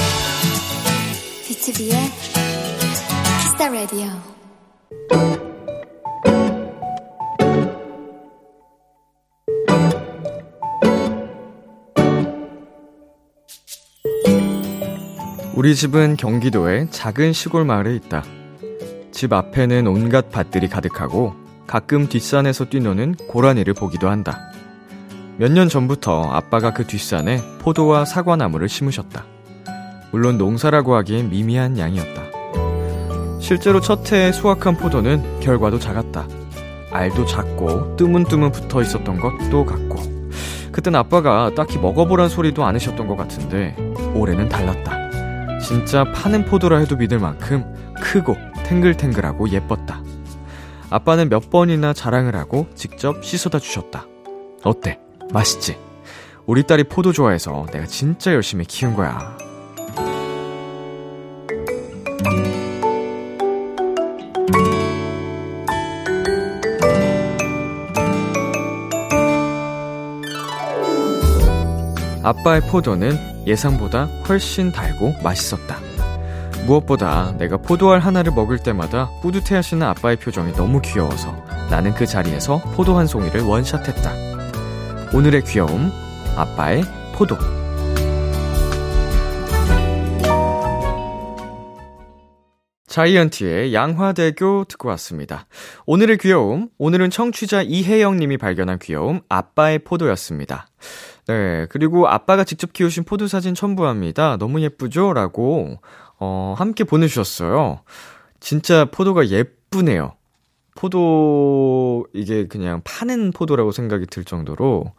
B2B의 키스타 라디오 우리 집은 경기도의 작은 시골 마을에 있다. 집 앞에는 온갖 밭들이 가득하고 가끔 뒷산에서 뛰노는 고라니를 보기도 한다. 몇 년 전부터 아빠가 그 뒷산에 포도와 사과나무를 심으셨다. 물론 농사라고 하기엔 미미한 양이었다. 실제로 첫 해에 수확한 포도는 결과도 작았다. 알도 작고 뜨문뜨문 붙어 있었던 것도 같고 그땐 아빠가 딱히 먹어보란 소리도 안 하셨던 것 같은데 올해는 달랐다. 진짜 파는 포도라 해도 믿을 만큼 크고 탱글탱글하고 예뻤다. 아빠는 몇 번이나 자랑을 하고 직접 씻어다 주셨다. 어때? 맛있지? 우리 딸이 포도 좋아해서 내가 진짜 열심히 키운 거야. 아빠의 포도는 예상보다 훨씬 달고 맛있었다. 무엇보다 내가 포도알 하나를 먹을 때마다 뿌듯해 하시는 아빠의 표정이 너무 귀여워서 나는 그 자리에서 포도 한 송이를 원샷했다. 오늘의 귀여움, 아빠의 포도. 자이언티의 양화대교 듣고 왔습니다. 오늘의 귀여움, 오늘은 청취자 이혜영 님이 발견한 귀여움, 아빠의 포도였습니다. 네, 그리고 아빠가 직접 키우신 포도 사진 첨부합니다. 너무 예쁘죠? 라고, 어, 함께 보내주셨어요. 진짜 포도가 예쁘네요. 포도, 이게 그냥 파는 포도라고 생각이 들 정도로,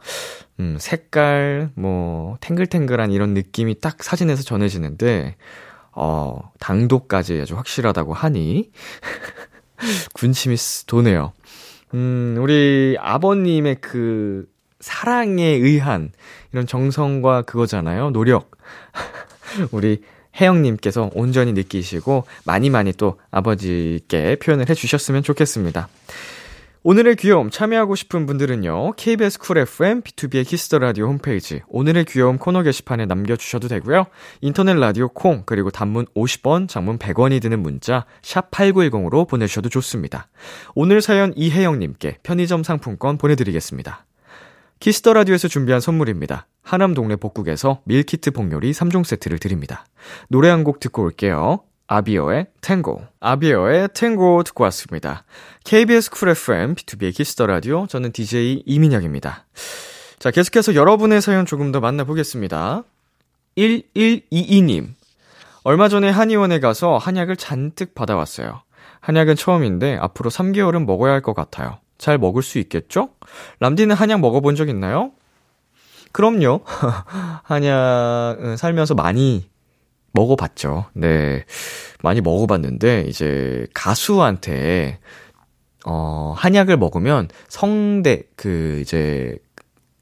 음, 색깔, 뭐, 탱글탱글한 이런 느낌이 딱 사진에서 전해지는데, 어, 당도까지 아주 확실하다고 하니, 군침이 스- 도네요. 음, 우리 아버님의 그 사랑에 의한 이런 정성과 그거잖아요. 노력. 우리 혜영님께서 온전히 느끼시고 많이 많이 또 아버지께 표현을 해주셨으면 좋겠습니다. 오늘의 귀여움 참여하고 싶은 분들은요. KBS 쿨 FM B2B의 키스터 라디오 홈페이지 오늘의 귀여움 코너 게시판에 남겨 주셔도 되고요. 인터넷 라디오 콩 그리고 단문 50원, 장문 100원이 드는 문자 샵 8910으로 보내 주셔도 좋습니다. 오늘 사연 이혜영 님께 편의점 상품권 보내 드리겠습니다. 키스터 라디오에서 준비한 선물입니다. 하남 동네 복국에서 밀키트 복요리 3종 세트를 드립니다. 노래 한 곡 듣고 올게요. 아비어의 탱고. 아비어의 탱고 듣고 왔습니다. KBS 쿨 FM, B2B의 키스터 라디오. 저는 DJ 이민혁입니다. 자, 계속해서 여러분의 사연 조금 더 만나보겠습니다. 1122님. 얼마 전에 한의원에 가서 한약을 잔뜩 받아왔어요. 한약은 처음인데 앞으로 3개월은 먹어야 할 것 같아요. 잘 먹을 수 있겠죠? 람디는 한약 먹어본 적 있나요? 그럼요. 한약은 살면서 많이 먹어봤죠. 네. 많이 먹어봤는데, 이제 가수한테, 어, 한약을 먹으면 성대, 그, 이제,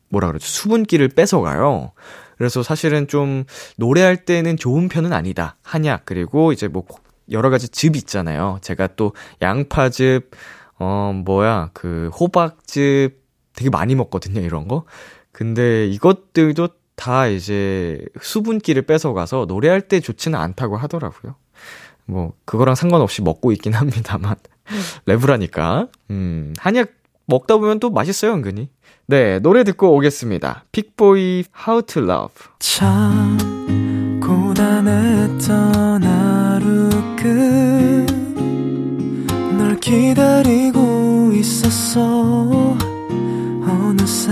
뭐라 그러죠? 수분기를 뺏어가요. 그래서 사실은 좀 노래할 때는 좋은 편은 아니다. 한약 그리고 이제 뭐 여러 가지 즙 있잖아요. 제가 또 양파즙 어 뭐야 그 호박즙 되게 많이 먹거든요. 이런 거. 근데 이것들도 다 이제 수분기를 뺏어가서 노래할 때 좋지는 않다고 하더라고요. 뭐 그거랑 상관없이 먹고 있긴 합니다만 랩을 하니까. 음, 한약 먹다 보면 또 맛있어요, 은근히. 네, 노래 듣고 오겠습니다. 픽보이 How to Love. 참 고단했던 하루 끝널 기다리고 있었어 어느새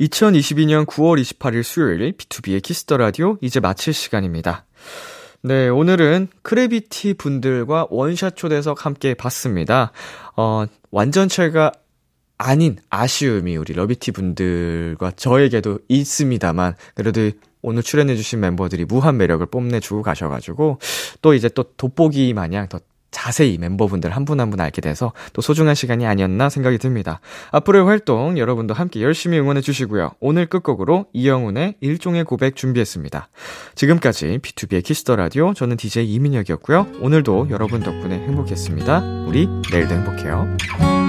2022년 9월 28일 수요일 B2B의 키스터 라디오 이제 마칠 시간입니다. 네, 오늘은 크래비티 분들과 원샷 초대석 함께 봤습니다. 어, 완전체가 아닌 아쉬움이 우리 러비티 분들과 저에게도 있습니다만 그래도 오늘 출연해주신 멤버들이 무한 매력을 뽐내주고 가셔가지고 또 이제 또 돋보기 마냥 더 자세히 멤버분들 한 분 한 분 알게 돼서 또 소중한 시간이 아니었나 생각이 듭니다. 앞으로의 활동 여러분도 함께 열심히 응원해 주시고요. 오늘 끝곡으로 이영훈의 일종의 고백 준비했습니다. 지금까지 B2B의 키스터 라디오 저는 DJ 이민혁이었고요. 오늘도 여러분 덕분에 행복했습니다. 우리 내일도 행복해요.